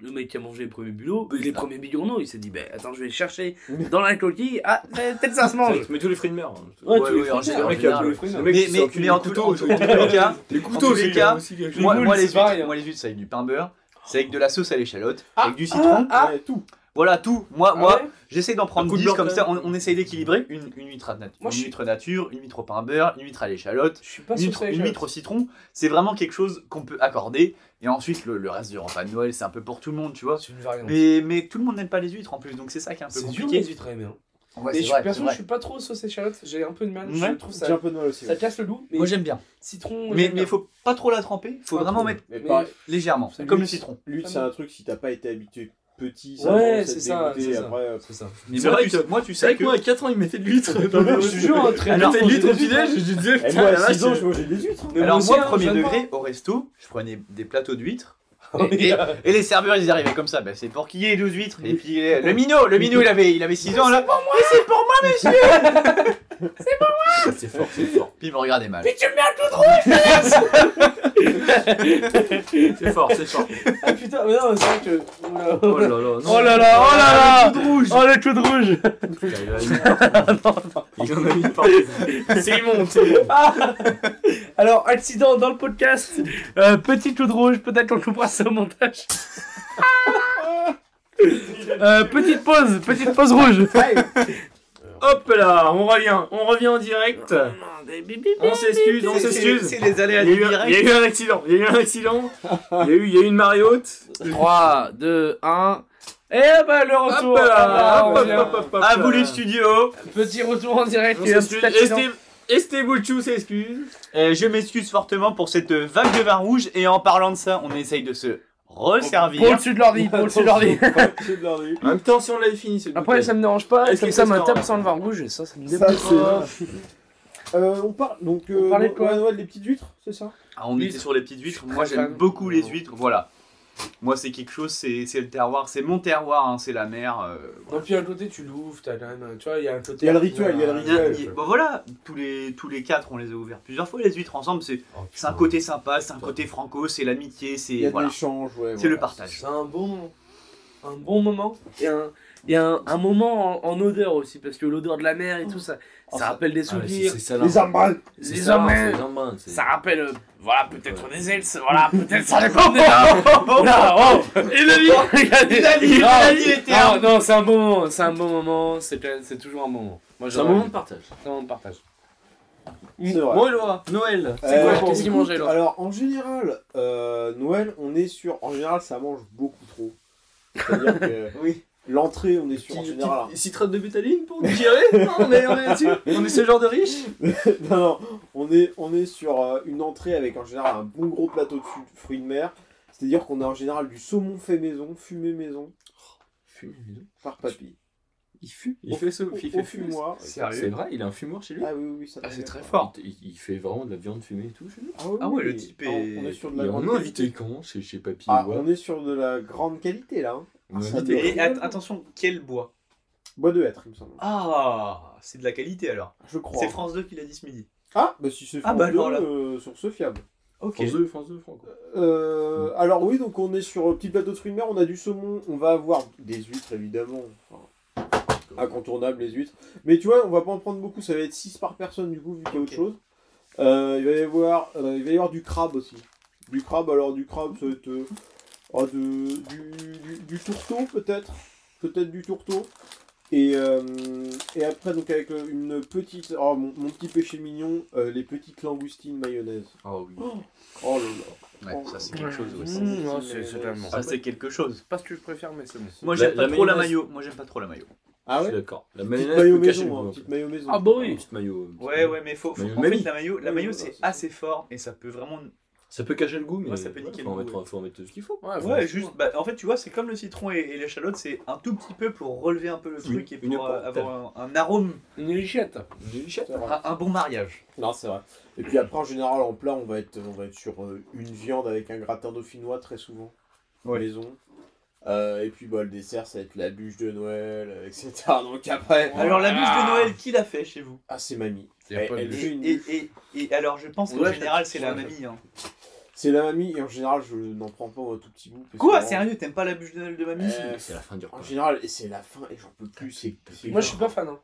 S1: Le mec qui a mangé les premiers bulots, les premiers bigorneaux, il s'est dit, ben attends, je vais chercher dans la coquille. Ah, peut-être ça se mange.
S2: Mais tous les fruits de mer. hein.
S1: Ouais,
S3: Ouais,
S1: tu les
S3: ouais,
S1: fous, c'est
S3: en
S2: Le
S3: général,
S1: vrai.
S2: mec qui a
S3: général,
S2: le
S1: ouais.
S2: fruit de mer.
S3: Mais, mais, mais, en tout,
S2: couteaux,
S3: en tout- en tout cas,
S2: les
S3: en
S2: couteaux,
S3: tous les
S2: c'est
S3: cas,
S2: aussi quelque chose.
S3: moi,
S1: moules,
S3: moi, les
S1: c'est
S3: huîtres,
S1: pareil, hein.
S3: moi les huîtres c'est avec du pain beurre, c'est avec de la sauce à l'échalote,
S4: Ah,
S3: avec du citron.
S1: Ah,
S4: Ouais, tout.
S3: Voilà, tout. Moi, moi
S1: ouais
S3: j'essaie d'en
S2: Un
S3: prendre
S2: coup de
S3: 10
S2: blanc,
S3: comme
S2: quand
S3: ça. On,
S2: même.
S3: on essaye d'équilibrer une, une huître, à nat-
S1: Moi, je
S3: une
S1: suis-
S3: huître nature, une huître au pain beurre, une huître à l'échalote.
S1: Je suis pas
S3: Une
S1: sûr que
S3: huître,
S1: ça
S3: une huître au citron, c'est vraiment quelque chose qu'on peut accorder. Et ensuite, le, le reste du repas de Noël, c'est un peu pour tout le monde, tu vois.
S1: C'est une variante.
S3: Mais, mais tout le monde n'aime pas les huîtres en plus, donc c'est ça qui est un peu
S1: C'est dur
S3: compliqué.
S1: les huîtres à aimer. hein.
S3: Ouais,
S1: Et
S3: c'est
S1: je suis
S3: vrai,
S1: perso,
S3: c'est
S1: je
S3: vrai.
S1: suis pas trop sauce échalote. J'ai un peu de mal. Je
S3: Ouais.
S1: trouve
S4: J'ai un
S1: ça,
S4: peu de mal aussi.
S1: ça
S4: ouais.
S1: casse le goût. Mais
S3: Moi j'aime bien.
S1: citron.
S3: Mais
S1: j'aime
S3: mais
S1: bien.
S3: faut pas trop la tremper, faut
S1: Pas
S3: vraiment
S1: trop.
S3: mettre
S4: Mais
S1: Mais-
S4: pareil,
S3: légèrement,
S1: Absolument.
S3: comme le citron.
S4: l'huile, c'est un truc, si t'as pas été habitué petit, ça
S1: Ouais,
S4: commence à
S1: c'est
S4: te
S1: ça,
S4: dégoûter,
S1: c'est ça.
S4: après, euh,
S1: C'est ça.
S3: Mais
S2: C'est
S3: moi,
S2: vrai
S3: tu,
S2: que-
S3: moi tu
S2: C'est
S3: sais
S2: vrai
S3: que
S2: que moi, à 4 ans, il mettait de [LAUGHS] l'huître.
S1: Je te jure, hein, très
S2: Alors,
S1: bien.
S2: t'as de l'huître au filet, je disais,
S4: Eh,
S2: putain,
S4: moi,
S2: la
S4: à 6 ans,
S2: vache.
S4: je mangeais des huîtres. hein.
S1: [LAUGHS] Mais
S3: Alors
S1: aussi,
S3: moi,
S1: hein,
S3: premier
S1: j'aime pas.
S3: degré, au resto, je prenais des plateaux d'huîtres.
S1: Oh,
S3: Et, et-
S1: yeah.
S3: et les serveurs ils arrivaient comme ça, bah, c'est pour qui les 12 huîtres Et puis euh, le minot, le minot il avait, il avait 6 ans là, pour moi c'est pour moi
S2: C'est fort, c'est fort.
S3: Puis il me regardait mal.
S1: [LAUGHS] Mais tu me mets un clou de
S2: C'est fort,
S1: [LAUGHS]
S2: c'est fort.
S1: Ah putain, mais non, mais c'est vrai que. Oula.
S2: Oh là là, non.
S1: Oh là là, oh là là
S2: Tout rouge.
S1: Oh le clou de rouge
S2: Putain, il a mis-
S1: [LAUGHS]
S2: Il en a mis partout. [LAUGHS]
S1: C'est immonde Ah Alors, accident dans le podcast, euh, petit clou de rouge, peut-être qu'on coupera ça au [LAUGHS] montage. Euh, petite pause, petite pause rouge
S2: Hop là, on revient, on revient en direct. On s'excuse, on
S3: C'est- c'est-
S2: s'excuse.
S3: C'est les aléas
S2: Il y, a
S3: du
S2: eu, il y a
S3: direct.
S2: eu un accident, il y a eu un [LAUGHS] accident, il y a eu, il y a eu une mariotte.
S1: 3, 2, 1... Et bah le
S2: Hop
S1: retour
S2: là,
S1: Ah,
S2: hop,
S1: bah,
S2: hop,
S1: voilà.
S2: hop, hop, hop
S3: À
S2: là.
S3: vous les studios.
S1: Petit retour en direct,
S2: On
S1: il y a un
S2: s'excuse.
S1: petit accident.
S2: Este- Estebuchu s'excuse.
S3: Euh, je m'excuse fortement pour cette euh, vague de vin rouge et en parlant de ça, on essaye de se
S1: Pour
S3: resservir.
S1: au-dessus de l'ordi, pour au-dessus de l'ordi.
S4: Pas au-dessus de l'ordi.
S2: En même temps, si on l'avait fini, c'est
S1: Après, ça me dérange pas,
S2: Est-ce
S1: comme
S2: que
S1: ça,
S2: ça
S1: ma
S2: sort
S1: table sans le vin rouge, et ça, ça me
S4: Ça,
S1: déplaît pas.
S4: Euh, on parle donc euh,
S1: hein. On parlait de quoi
S4: Noël, Noël, des petites huîtres, c'est ça
S3: Ah, on était sur les petites huîtres. Moi,
S1: très
S3: j'aime
S1: fan.
S3: beaucoup les huîtres. Voilà. Moi, c'est quelque chose, c'est c'est le terroir, c'est mon terroir, hein, c'est la mer. euh,
S1: Non, puis à côté, tu l'ouvres, t'as quand même. Tu vois, il y a un côté.
S4: Il y a le rituel, il y a le
S3: Il y a-
S4: rituel.
S3: il y a- bon, voilà, tous les, tous les quatre, on les a ouverts plusieurs fois, les huîtres ensemble. C'est
S1: Oh, putain.
S3: c'est un côté sympa, c'est un côté franco, c'est l'amitié,
S4: Il y
S3: c'est
S4: a de
S3: voilà,
S4: l'échange, ouais.
S3: c'est le
S4: voilà.
S1: Ah,
S3: partage. [LAUGHS]
S1: C'est un bon moment. Un bon moment. Et un, et un, un moment en, en odeur aussi, parce que l'odeur de la mer et tout ça, ça ah,
S4: Oh, ça-
S1: rappelle des
S2: Ah,
S1: souvenirs.
S2: ça
S4: Les armes
S1: les hommes, hein. ça rappelle. euh, voilà, peut-être des ailes, voilà, peut-être ça [LAUGHS] les pommes. Non, oh, il a dit, il a dit, oh.
S3: Il a dit, il a dit les termes.
S1: Non, non, c'est un bon moment, c'est un bon moment, c'est quand même- c'est toujours un bon moment. Moi,
S2: C'est un
S1: j'aurais-
S2: moment de partage.
S1: c'est un moment de partage.
S4: C'est vrai.
S2: Bon, Eloi, Noël.
S1: Mm. C'est quoi,
S4: Euh,
S1: qu'est-ce qu'il
S4: écoute,
S1: mangeait, là
S4: Alors en général, euh, Noël, on est sur. En général, ça mange beaucoup trop.
S1: [LAUGHS]
S4: C'est-à-dire que
S2: Oui.
S4: l'entrée, on est sur en général.
S2: Citrate de bétaline [LAUGHS] pour digérer Non, on est, on est là-dessus [LAUGHS] On est ce genre de riche
S4: un- non, [LAUGHS] non, on est, on est sur euh, une entrée avec en général un bon gros plateau de fu- fruits de mer. C'est-à-dire qu'on a en général du saumon fait maison, fumé maison, par papy.
S2: Il fume, il
S4: Au-
S2: fait ce
S4: au-
S2: il
S4: au
S2: fait
S4: fumoir.
S2: Sérieux C'est vrai, il a un fumoir chez lui
S4: Ah oui, oui, oui, ça
S3: Ah, c'est
S4: fait-
S3: très fort.
S2: Il, il fait vraiment de la viande fumée et tout chez lui
S4: Ah, oui,
S3: Ah ouais, le
S4: oui.
S3: type
S4: Ah,
S3: est-
S4: On est sur de
S2: Il
S4: la
S2: en
S4: grande
S2: a
S4: qualité.
S2: invité quand chez, chez Papy
S4: Ah,
S2: Eloi
S4: on est sur de la grande qualité là. hein.
S2: On a
S4: ça
S2: invité-
S4: doit-
S3: Et at- attention, quel bois
S4: Bois de hêtre, il me semble.
S3: Ah, c'est de la qualité alors.
S4: Je crois.
S3: C'est France 2 qui l'a dit ce midi.
S4: Ah, bah si c'est
S3: Ah,
S4: France
S3: bah alors
S4: 2,
S3: là.
S4: euh, sur ce fiable.
S3: Ok.
S2: France 2, France 2, Franco.
S4: Euh, alors oui, donc on est sur un petit plateau de fruits de mer, on a du saumon, on va avoir des huîtres évidemment, enfin, incontournable les huîtres. Mais tu vois, on va pas en prendre beaucoup, ça va être 6 par personne du coup vu qu'il y a autre
S3: Ok.
S4: chose. Euh, il, va y avoir, euh, il va y avoir du crabe aussi. Du crabe, alors du crabe ça va être... euh, ah, de- du, du- du tourteau peut-être, peut-être du tourteau. Et, euh, et après donc avec euh, une petite, oh, mon, mon petit péché mignon, euh, les petites langoustines mayonnaise.
S2: Ah oui.
S4: Oh là là.
S3: Ouais, ça c'est quelque chose. ouais.
S1: Mmh, non, c'est c'est tellement.
S3: Ça c'est quelque chose.
S1: Pas ce que je préfère, mais c'est bon.
S3: Moi
S2: La-
S3: j'aime pas
S2: la
S3: trop la
S2: mayonnaise.
S3: maillot. Moi j'aime pas trop la maillot.
S4: Ah
S2: Je
S4: ouais
S2: suis d'accord. La
S4: Petite
S2: mayonnaise
S4: maillot
S2: peut cacher le
S4: maison, hein,
S2: boulot,
S4: petite maillot maison.
S1: Ah bah
S2: un peu.
S1: oui
S2: Petite maillot. euh,
S3: Ouais, ouais, mais faut. faut-
S2: Maillot.
S3: en fait,
S2: Mamie.
S3: la maillot, la
S4: Oui,
S3: maillot
S4: voilà,
S3: c'est
S4: c'est ça.
S3: assez fort et ça peut vraiment.
S2: Ça peut cacher le goût, mais
S3: Ouais, ça peut niquer
S2: faut, en
S3: le goût,
S2: mettre, faut en mettre ce qu'il faut.
S1: Ouais,
S3: Ouais, juste. Bah, en fait, tu vois, c'est comme le citron et, et l'échalote, c'est un tout petit peu pour relever un peu le truc et
S2: une
S3: pour euh,
S2: octave.
S3: avoir un, un arôme,
S1: Une lichette.
S4: C'est vrai.
S3: un, un bon mariage.
S4: Non, c'est vrai. Et puis après, en général, en plat, on va être, on va être sur euh, une viande avec un gratin dauphinois très souvent.
S3: Ouais.
S4: Maison. Euh, et puis bah, le dessert, ça va être la bûche de Noël, euh, etc. [LAUGHS] Donc après,
S3: Alors, la bûche de Noël, qui l'a fait chez vous
S4: ah, c'est mamie.
S1: Y a
S4: Elle-
S1: pas de
S4: elle
S1: bûche.
S4: fait
S3: et,
S4: une
S3: et,
S4: bûche.
S3: et, et alors, je pense
S1: On
S3: qu'en
S1: l'a
S3: général,
S1: fait.
S3: c'est la
S1: On l'a
S3: mamie. hein.
S4: C'est la mamie, et en général, je n'en prends pas un tout petit bout. parce
S3: Quoi
S4: que,
S3: Sérieux, t'aimes pas la bûche de Noël de mamie
S4: Euh,
S2: C'est la fin du repas.
S4: En général, et c'est la fin, et j'en peux plus. c'est- c'est-
S1: Moi, je suis pas fan. Hein.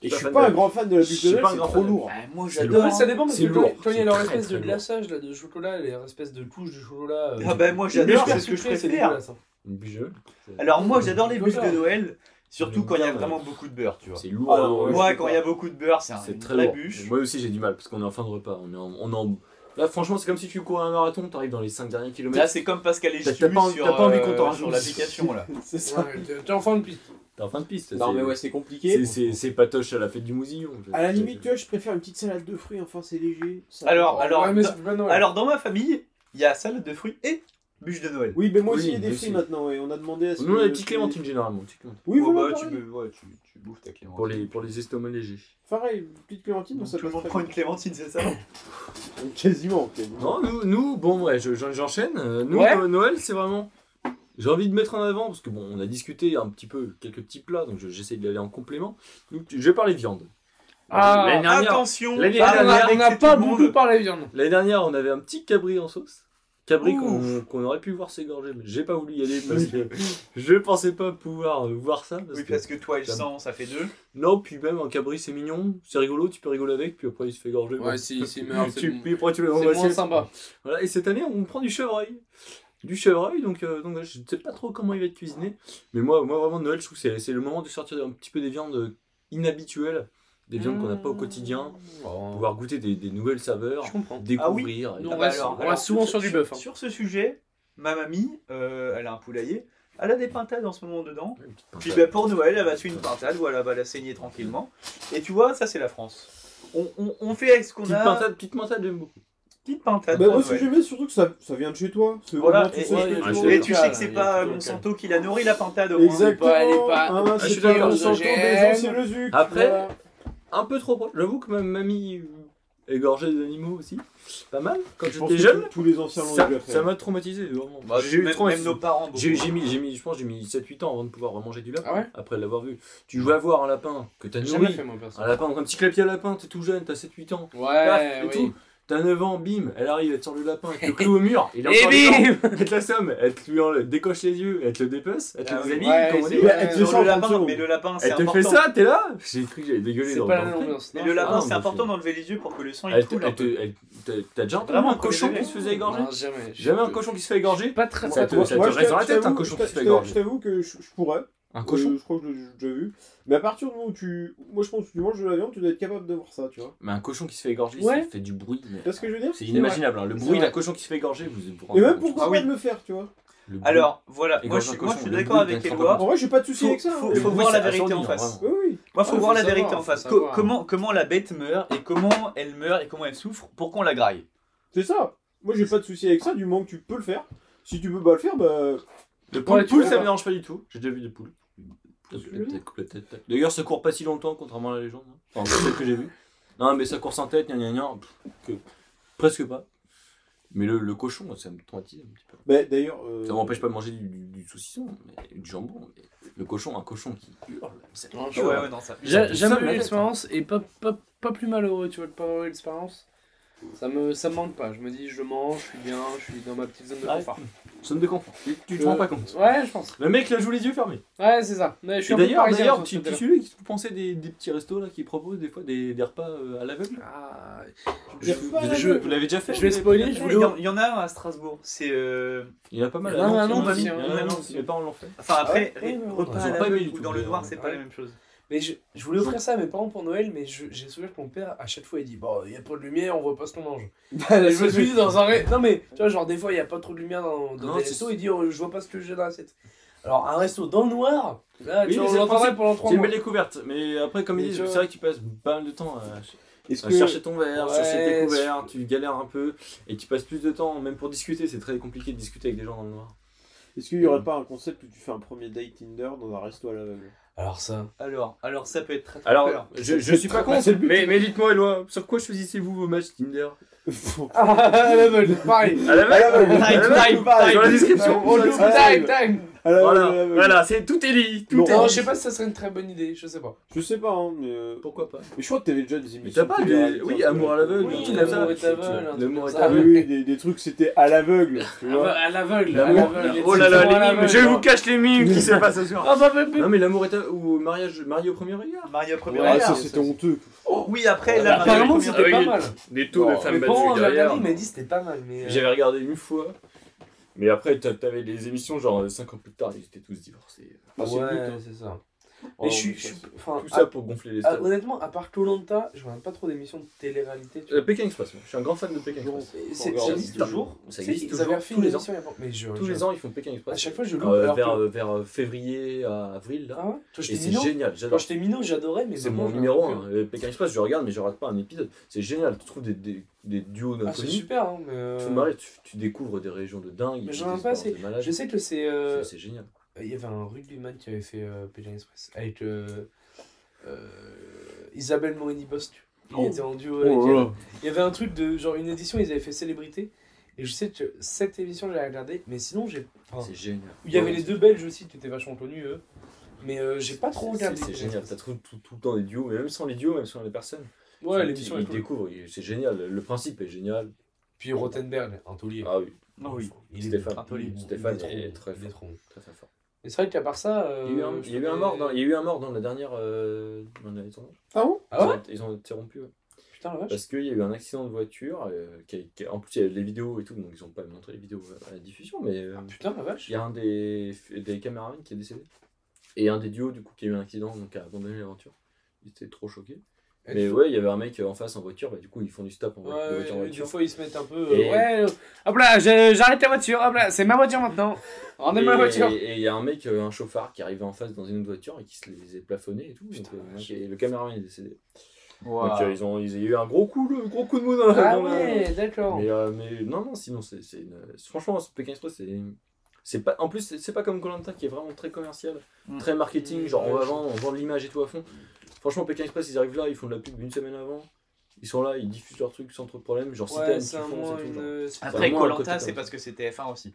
S4: Et je suis
S2: fan
S4: pas
S2: de-
S4: un grand fan de la
S2: je
S4: bûche
S2: suis
S4: de Noël,
S2: pas un
S4: c'est
S2: grand
S4: trop
S2: fan de-
S4: lourd.
S3: Ah, Moi,
S2: C'est
S3: j'adore.
S1: Ouais,
S3: hein.
S1: ça dépend parce
S2: C'est
S1: que quand-
S2: lourd,
S1: quand il y a
S2: c'est
S1: leur
S2: très,
S1: espèce
S2: très
S1: de
S2: lourd.
S1: glaçage là, de chocolat, les espèces de couches de chocolat. euh,
S3: Ah bah moi
S1: les bûches,
S3: j'adore, c'est ce que je
S1: fais, c'est
S3: préfère.
S1: dégueulasse, hein.
S2: Une bûche.
S3: Alors moi j'adore les bûches de Noël, surtout
S2: Le
S3: quand il y a
S2: beurre,
S3: vraiment beaucoup de beurre, tu vois.
S2: C'est lourd.
S4: Ah,
S2: hein,
S4: non,
S2: ouais.
S3: Moi quand il y a beaucoup de beurre, c'est un-
S2: C'est
S3: une
S2: très
S3: vraie
S2: lourd.
S3: bûche.
S2: Moi aussi j'ai du mal parce qu'on est en fin de repas. On est en, on est en- Là franchement c'est comme si tu courais un marathon, t'arrives dans les 5 derniers
S3: Là
S2: kilomètres.
S3: c'est comme Pascal et
S2: T'as-
S3: Jules
S2: t'as pas-
S3: sur,
S2: t'as pas envie
S3: euh,
S2: qu'on t'en
S3: sur
S2: rajoute.
S3: l'application
S2: [LAUGHS]
S3: là.
S4: [LAUGHS] C'est ça.
S1: Ouais, t'es t'es en fin de piste.
S2: T'es en fin de piste.
S4: Non,
S2: c'est-
S4: mais ouais, c'est compliqué.
S2: C'est, c'est, c'est patoche à la fête du mousillon.
S4: À la limite, tu vois, je préfère une petite salade de fruits, enfin, c'est léger. ça-
S3: Alors, alors,
S1: Ouais, mais c'est pas Noël.
S3: alors dans ma famille, il y a salade de fruits et bûche de Noël.
S4: Oui, mais moi
S2: Oui,
S4: aussi, il y a des
S2: moi
S4: fruits
S2: aussi.
S4: maintenant, et on a demandé à ce
S2: Nous on a
S4: que-
S2: des petites clémentines généralement. petites clémentines.
S4: Oui,
S3: Ouais,
S4: voilà,
S3: bah, tu,
S4: pareil.
S3: me- ouais, tu- tu bouffes ta clémentine.
S2: Pour les, pour les estomacs légers.
S4: Pareil, une petite clémentine,
S3: Donc,
S4: ça
S3: tout le
S4: passe
S3: monde
S4: très
S3: prend une
S4: bien.
S3: clémentine, c'est ça
S4: Quasiment, quasiment.
S2: Non, nous, nous bon, ouais, je- j'en- j'enchaîne. Euh, Nous,
S3: Ouais.
S2: no- Noël, c'est vraiment. J'ai envie de mettre en avant, parce que bon, on a discuté un petit peu quelques petits plats, donc je- j'essaie d'aller en complément. Donc, je vais parler viande.
S1: Ah,
S2: l'année dernière,
S3: Attention
S2: l'année
S1: Ah, on a-
S2: dernière,
S1: on n'a pas beaucoup parlé viande.
S2: l'année dernière, on avait un petit cabri en sauce. Cabri qu'on
S3: Ouf.
S2: qu'on aurait pu voir s'égorger, mais j'ai pas voulu y
S3: [LAUGHS]
S2: aller parce que je pensais pas pouvoir euh, voir ça. parce
S3: Oui,
S2: que-
S3: parce que toi et le
S2: J'aime.
S3: sang, ça fait deux.
S2: Non, puis même un cabri, c'est mignon, c'est rigolo, tu peux rigoler avec, puis après il se fait gorger. bon.
S1: si, si,
S2: [LAUGHS] Tu- puis après, tu le
S1: C'est
S2: on va
S1: moins
S2: essayer-
S1: sympa.
S2: Voilà, et cette année, on prend du chevreuil. Du chevreuil, donc, euh, donc je ne sais pas trop comment il va être cuisiné. Mais moi, moi vraiment, Noël, je trouve que c'est- c'est le moment de sortir un petit peu des viandes inhabituelles, des viandes qu'on n'a
S3: Mmh.
S2: pas au quotidien,
S1: Oh.
S2: pouvoir goûter des, des nouvelles saveurs,
S1: Je
S3: Ah
S1: comprends.
S2: découvrir.
S1: Nous,
S2: Et-
S1: on reste- on reste souvent sur du bœuf, hein.
S3: bah Sur ce sujet, ma mamie, euh, elle a un poulailler, elle a des pintades en ce moment dedans.
S2: Une petite
S3: Puis
S2: pintade.
S3: bah, pour Noël, elle va tuer une pintade, voilà, elle va la saigner tranquillement. Et tu vois, ça c'est la France. On, on- on fait avec ce qu'on
S2: Petite
S3: a.
S2: pintade, petite pintade, j'aime beaucoup.
S3: Petite pintade.
S4: Bah,
S3: pour
S4: moi, ce que
S3: Noël.
S4: j'aimais, surtout que ça, ça vient de chez toi. C'est
S3: Voilà,
S4: vraiment, tu
S3: et,
S4: sais ce que
S3: et-
S4: tu
S2: ouais,
S4: manges.
S2: ouais,
S3: et tu sais que
S1: Il
S3: c'est
S1: y a
S3: pas
S1: un truc
S3: Monsanto qui la nourrit la pintade au moins.
S4: Exactement.
S1: Elle est pas-
S4: hein,
S2: je suis
S4: c'est pas
S2: d'accord,
S4: comme
S1: je
S4: sans
S1: gère.
S4: c'est le sucre.
S2: Après-
S4: voilà.
S2: Un peu trop proche. J'avoue que ma mamie euh, égorgeait des animaux aussi. Pas mal. Quand
S4: Je pense
S2: j'étais
S4: que
S2: jeune,
S4: tous- Tous les anciens l'ont
S2: ça
S4: déjà fait.
S2: ça m'a traumatisé. Vraiment.
S3: Bah,
S2: J'ai eu
S3: même,
S2: trop-
S3: même nos parents.
S2: J'ai
S3: beaucoup.
S2: j'ai mis, j'ai mis, je pense, que j'ai mis 7-8 ans avant de pouvoir manger du lapin.
S1: Ah ouais
S2: après l'avoir vu. Tu vas voir un lapin que t'as
S1: J'ai jamais
S2: nourri.
S1: fait, moi, perso.
S2: Un lapin, un petit clapier à lapin, t'es tout jeune, t'as 7-8 ans.
S1: Ouais,
S2: paf, et
S1: oui.
S2: Ah, tout. T'as 9 ans, bim, elle arrive, elle te sort le lapin, elle te cloue au mur, il est
S1: Et
S2: encore vivant.
S1: bim
S2: Elle te l'assomme, elle te lui enlève- décoche les yeux, elle te le dépece, elle te
S3: Ah
S2: les
S3: oui.
S2: habille,
S1: Ouais,
S2: comme on
S1: c'est
S2: dit.
S1: vrai.
S4: Elle te
S3: Dans
S4: le sort en
S3: le
S4: train de
S3: lapin,
S4: secondes.
S3: mais le lapin, c'est
S2: Elle te
S3: important.
S2: fait ça, t'es là J'ai cru que j'allais dégueuler
S1: C'est
S2: dans
S1: pas
S2: dans
S1: la même
S2: le truc.
S1: ambiance.
S3: Mais
S1: non,
S3: le
S1: je-
S3: lapin,
S2: Ah,
S3: c'est
S2: moi,
S3: important
S2: je-
S3: d'enlever les yeux pour que le sang il
S2: Elle te-
S3: coule. un
S2: elle te-
S3: peu.
S2: elle- t'as- T'as déjà entendu
S3: Vraiment
S2: un
S3: un
S2: cochon
S3: cochon
S2: qui se faisait égorger
S1: Non, jamais.
S2: Jamais un
S1: Je-
S2: cochon qui se fait égorger
S1: Pas très
S2: Ça
S1: très
S2: te-
S1: bon.
S2: ça te
S4: Moi,
S2: reste dans la
S4: je
S2: tête, un
S4: t'avoue-
S2: cochon
S4: je
S2: qui se fait
S4: t'avoue-
S2: égorger.
S4: Je t'avoue que je, je pourrais.
S2: Un
S4: Euh,
S2: cochon
S4: je crois que je l'ai déjà vu. Mais à partir du moment où tu. Moi, je pense que tu manges de la viande, tu dois être capable de voir ça, tu vois.
S2: Mais un cochon qui se fait égorger,
S1: Ouais.
S2: ça fait du bruit. mais-
S4: Tu vois ce que je veux dire
S2: C'est inimaginable, hein. le
S1: C'est
S2: bruit d'un
S1: vrai.
S2: cochon qui se fait égorger, vous vous
S4: Et
S2: rendez
S4: même
S2: compte.
S4: pourquoi
S3: Ah
S4: pas
S3: oui.
S4: de le faire, tu vois
S2: Le bruit.
S3: Alors, voilà,
S2: Et
S3: moi
S2: quand
S3: je, moi, je
S2: un
S3: suis
S2: cochon, le
S3: d'accord
S2: bruit
S3: avec
S2: d'un
S3: Eloi.
S4: En vrai, j'ai pas de souci
S3: Faut,
S4: avec ça.
S3: faut,
S4: hein.
S3: faut
S2: bruit,
S3: voir
S2: c'est
S3: la vérité en
S2: assourdissant,
S3: face.
S2: vraiment.
S4: Oui, oui.
S3: Moi, faut
S1: Ouais,
S3: voir
S1: faut
S3: la vérité
S1: savoir,
S3: en
S1: faut
S3: face.
S1: savoir.
S3: Co- comment, comment la bête meurt et comment elle meurt et comment elle souffre pour qu'on la graille.
S4: C'est ça. Moi, j'ai pas de souci avec ça, du moment que tu peux le faire. Si tu peux pas le faire, bah.
S2: Le poule,
S4: Ouais, tu
S2: poule,
S4: vois.
S2: ça me dérange pas du tout. J'ai déjà vu des poules. D'ailleurs, ça court pas si longtemps, contrairement à la légende. hein. Enfin, celle que j'ai vu. Non, mais ça court sans tête, gna gna gna. pff, que- Presque pas. Mais le, le cochon, ça me traumatise un petit peu.
S4: Bah, d'ailleurs. euh,
S2: Ça m'empêche pas de manger du, du- du saucisson, mais- du jambon. mais le cochon, un cochon qui hurle. ça-
S1: Non, je-
S3: Ouais, ouais, non, ça.
S1: J'ai
S2: Ça
S1: jamais
S2: me
S1: eu
S2: la
S1: l'expérience et pas, pas, pas plus malheureux, tu vois, de pas avoir eu l'expérience. Ça me, ça me manque pas. Je me dis, je mange, je suis bien, je suis dans ma petite zone de
S2: Ouais.
S1: confort.
S2: Ça me déconfort. Tu, tu te
S1: Euh,
S2: rends pas compte.
S1: Ouais, je pense.
S2: Le mec, là, joue les yeux fermés.
S1: Ouais, c'est ça. Mais je suis
S2: Et
S1: un peu
S2: d'ailleurs,
S1: parisien
S2: d'ailleurs,
S1: sur ce
S2: tu, tu
S1: côté-là.
S2: suis qui pensait des, des petits restos là qui proposent des fois des, des repas euh, à l'aveugle
S1: Ah,
S4: Je-
S2: Vous-
S4: je-
S2: vous-
S1: je-
S2: Vous l'avez déjà fait
S1: je vais
S2: vous l'avez
S1: spoiler,
S2: déjà
S1: je
S2: fait
S1: vous
S3: Il y, en- il y en a un à Strasbourg. C'est. euh,
S2: Il y en a pas mal.
S1: Il y en a
S2: à
S1: un,
S2: Nantes,
S1: non, pas
S2: il y
S1: mis,
S2: en a
S1: hein,
S2: un,
S1: non,
S2: non,
S1: c'est-
S2: mes parents l'ont fait.
S3: Enfin, après,
S1: Ah ouais,
S3: ré-
S1: ouais, ouais.
S3: repas
S2: Ils
S3: à la
S2: ont pas aimé
S3: gueule
S2: du
S3: ou
S2: tout,
S3: dans le
S2: mais-
S3: noir, c'est pas
S1: ouais.
S3: la même chose.
S1: Mais je, je voulais offrir ça à mes parents pour Noël, mais je- j'ai souvenir que mon père, à chaque fois, il dit Bon, il n'y a pas de lumière, on voit pas ce qu'on mange.
S2: Ah,
S1: Et je me suis dit dans un ré- Non, mais tu vois, genre, des fois, il n'y a pas trop de lumière dans, dans
S2: Non,
S1: des
S2: c'est-
S1: restos, il dit oh, Je vois pas ce que j'ai dans l'assiette. Alors, un resto dans le noir, là,
S2: Oui,
S1: tu vois,
S2: mais
S1: on
S2: c'est le
S1: l'entendrait
S2: principe.
S1: pendant 3
S2: C'est une
S1: mois.
S2: belle découverte, mais après, comme
S1: Mais
S2: ils disent,
S1: tu vois-
S2: c'est vrai que tu passes pas mal de temps à,
S4: Est-ce
S2: à
S4: que.
S2: chercher ton verre,
S1: Ouais,
S2: chercher tes couverts, tu galères un peu et tu passes plus de temps, même pour discuter, c'est très compliqué de discuter avec des gens dans le noir.
S4: Est-ce qu'il y aurait pas un concept où tu fais un premier date Tinder dans un resto à l'aveugle
S1: Alors, ça.
S3: Alors, alors ça peut être
S2: [LAUGHS]
S3: très très
S2: Alors,
S3: peur.
S2: je, je suis pas
S4: Bah,
S2: contre,
S4: c'est le but. [LAUGHS]
S2: mais, mais dites-moi, Eloi, sur quoi choisissez-vous vos matchs Tinder
S1: Ah, level, [LAUGHS] pareil.
S2: À la
S4: À l'aveugle.
S2: À la main.
S4: Time, time.
S2: Dans la description
S1: On le time, time.
S4: À l'aveugle, à
S2: Voilà,
S4: l'aveugle.
S2: voilà, c'est tout est dit, tout
S4: Non.
S2: est
S1: Non,
S2: dit.
S1: je sais pas si ça serait une très bonne idée, je sais pas.
S4: Je sais pas, hein, mais. euh,
S2: Pourquoi pas
S4: Mais je crois que t'avais déjà des
S2: Mais
S4: émissions.
S2: t'as pas
S4: de télé-
S2: des... Oui, amour à l'aveugle,
S1: Oui,
S2: un truc comme ça.
S1: l'amour est aveugle, hein. Ah un truc
S2: L'amour
S1: comme
S2: est
S1: ça.
S4: Ah oui,
S2: aveugle.
S4: oui, des, des trucs c'était à l'aveugle, tu vois.
S1: À l'aveugle, à
S2: L'amour-
S1: l'aveugle.
S2: Oh là
S1: les
S2: là, les
S1: petits
S2: mimes, je vous cache les mimes qui se passent ce soir.
S1: Ah bah, bah, bah.
S2: [LAUGHS] Non mais l'amour est à... ou mariage marié au premier regard.
S3: Mario premier
S4: Ah,
S1: Ouais,
S4: ça
S3: regard.
S4: c'était honteux.
S3: Oui, après,
S2: Ouais,
S3: là, Mario
S1: Apparemment,
S3: premier
S1: c'était
S2: oui.
S1: pas mal.
S2: Des
S4: tours de
S1: Mes parents, j'avais regardé, ils m'ont dit c'était pas mal, mais. euh,
S2: J'avais regardé une fois. Mais après, t'a- t'avais des émissions, genre 5 ans plus tard, ils étaient tous divorcés. Oh,
S4: Ah, c'est le but, hein.
S1: ouais, c'est ça. Oh, Mais je suis. je suis- Enfin,
S2: Tout
S1: à-
S2: ça pour gonfler les
S1: à-
S2: stades.
S1: Euh, honnêtement, à part Colanta, je regarde pas trop d'émissions de télé-réalité. tu
S2: Euh, Pékin Express, moi. je suis un grand fan de Pékin Express.
S1: vois. Et c'est-
S2: Euh, regarde,
S1: Ça existe
S2: ça-
S1: toujours.
S2: ça
S1: Tu sais,
S2: existe
S1: ils
S2: toujours,
S1: avaient refait
S2: tous
S1: une
S2: les ans.
S1: émission il y a pas- Mais je.
S2: Tous
S1: je-
S2: les ans, ils font Pékin Express.
S1: À chaque fois, je loupe.
S2: Euh,
S1: alors
S2: vers,
S1: que-
S2: euh, vers, euh, février à avril, là.
S1: Ah ouais Toi,
S2: Et
S1: j'étais
S2: c'est
S1: minot.
S2: génial, j'adore.
S1: Quand j'étais minot, j'adorais. mais
S2: C'est
S1: maintenant,
S2: mon
S1: je-
S2: numéro 1. Pékin Express, je regarde, mais je rate pas un épisode. C'est génial, tu trouves des, des, des duos
S1: Ah, c'est
S2: d'inconnus.
S1: super, hein, mais. euh,
S2: Tu te marres, tu, tu découvres des régions de dingue.
S1: Mais
S2: des
S1: j'en ai pas
S2: histoires
S1: assez.
S2: de malades.
S1: Je sais que c'est. euh,
S2: C'est- C'est génial.
S1: Il y avait un rugbyman qui avait fait euh, Pékin Express avec euh, euh, Isabelle Morini-Bosque. Il
S4: Oh.
S1: était en duo avec elle. Il y avait un truc de genre une édition, ils avaient fait célébrité. Et je sais que cette émission, j'avais regardé. Mais sinon, j'ai. enfin,
S2: C'est génial.
S1: oh. il y avait les deux Belges aussi qui étaient vachement connus, eux. Mais euh, j'ai pas trop
S2: C'est-
S1: regardé.
S2: C'est génial, t'as tout, tout, tout le temps des duos, mais même sans les duos, même sans les personnes.
S1: Ouais,
S2: Ils-
S1: l'émission est
S2: Ils
S1: cool.
S2: découvrent, ils- c'est génial, le principe est génial.
S1: Puis Rottenberg, un taulier.
S2: Ah oui,
S5: Non, oui.
S1: Il est
S2: Stéphane.
S1: un taulier.
S2: Stéphane
S1: Il
S2: est
S1: trop
S2: très
S1: bon, il est
S2: fort.
S1: trop bon.
S2: très très fort.
S1: Mais c'est vrai qu'à part ça.
S2: il, y a eu un,
S1: euh,
S2: il y a eu un mort dans, il y a eu un mort dans la dernière. euh, dans le dernier tournage.
S4: Ah bon
S1: Ah ouais Ah,
S2: ils, ont, ils ont interrompu. ouais.
S1: Putain, la vache.
S2: Parce qu'il y a eu un accident de voiture. euh, qui a- qui a- en plus, il y avait les vidéos et tout, donc ils ont pas montré les vidéos à la diffusion, mais. euh,
S1: Ah, Putain, la vache.
S2: Il y a un des, des caméramans qui est décédé. Et un des duos, du coup, qui a eu un accident, donc a abandonné l'aventure. Il était trop choqué.
S1: Et
S2: Mais
S1: tu-
S2: ouais, il y avait un mec en face en voiture, bah, du coup, ils font du stop en vo- de
S1: Ouais,
S2: voiture en
S1: ouais, des
S2: voiture.
S1: fois ils se mettent un peu.
S2: Et-
S1: euh, Ouais, euh, hop là, je- j'arrête la voiture, hop là, c'est ma voiture maintenant.
S2: Et-
S1: Rendez-moi ma voiture.
S2: Et et il y a un mec, euh, un chauffard, qui arrivait en face dans une autre voiture et qui se les est plafonnés et tout.
S1: Putain,
S2: Donc, euh,
S1: vache.
S2: et le caméraman est décédé.
S3: Waouh.
S2: Donc euh, ils, ont, ils ont eu un gros coup, le gros coup de mou dans la.
S1: Ah
S2: dans la-
S1: ouais, d'accord.
S2: Mais, euh, mais non, non, sinon, c'est c'est une- franchement, ce Pékin Express, c'est. c'est pas... En plus, c'est- c'est pas comme Colanta qui est vraiment très commercial,
S3: Mm.
S2: très marketing, genre on
S1: Ouais,
S2: va
S1: je-
S2: vendre, on vend l'image et tout à fond. Franchement, Pékin Express, ils arrivent là, ils font de la pub une semaine avant, ils sont là, ils diffusent leurs trucs sans trop de problème, genre si
S1: Ouais,
S2: t'aimes,
S1: c'est
S2: tu
S1: un
S2: fonces
S1: moins
S2: et tout.
S1: une.
S2: genre.
S1: euh,
S2: Bah,
S5: Après,
S2: moi, un côté
S5: Colanta,
S2: comme
S5: c'est
S2: ça.
S5: parce que c'était F1 aussi.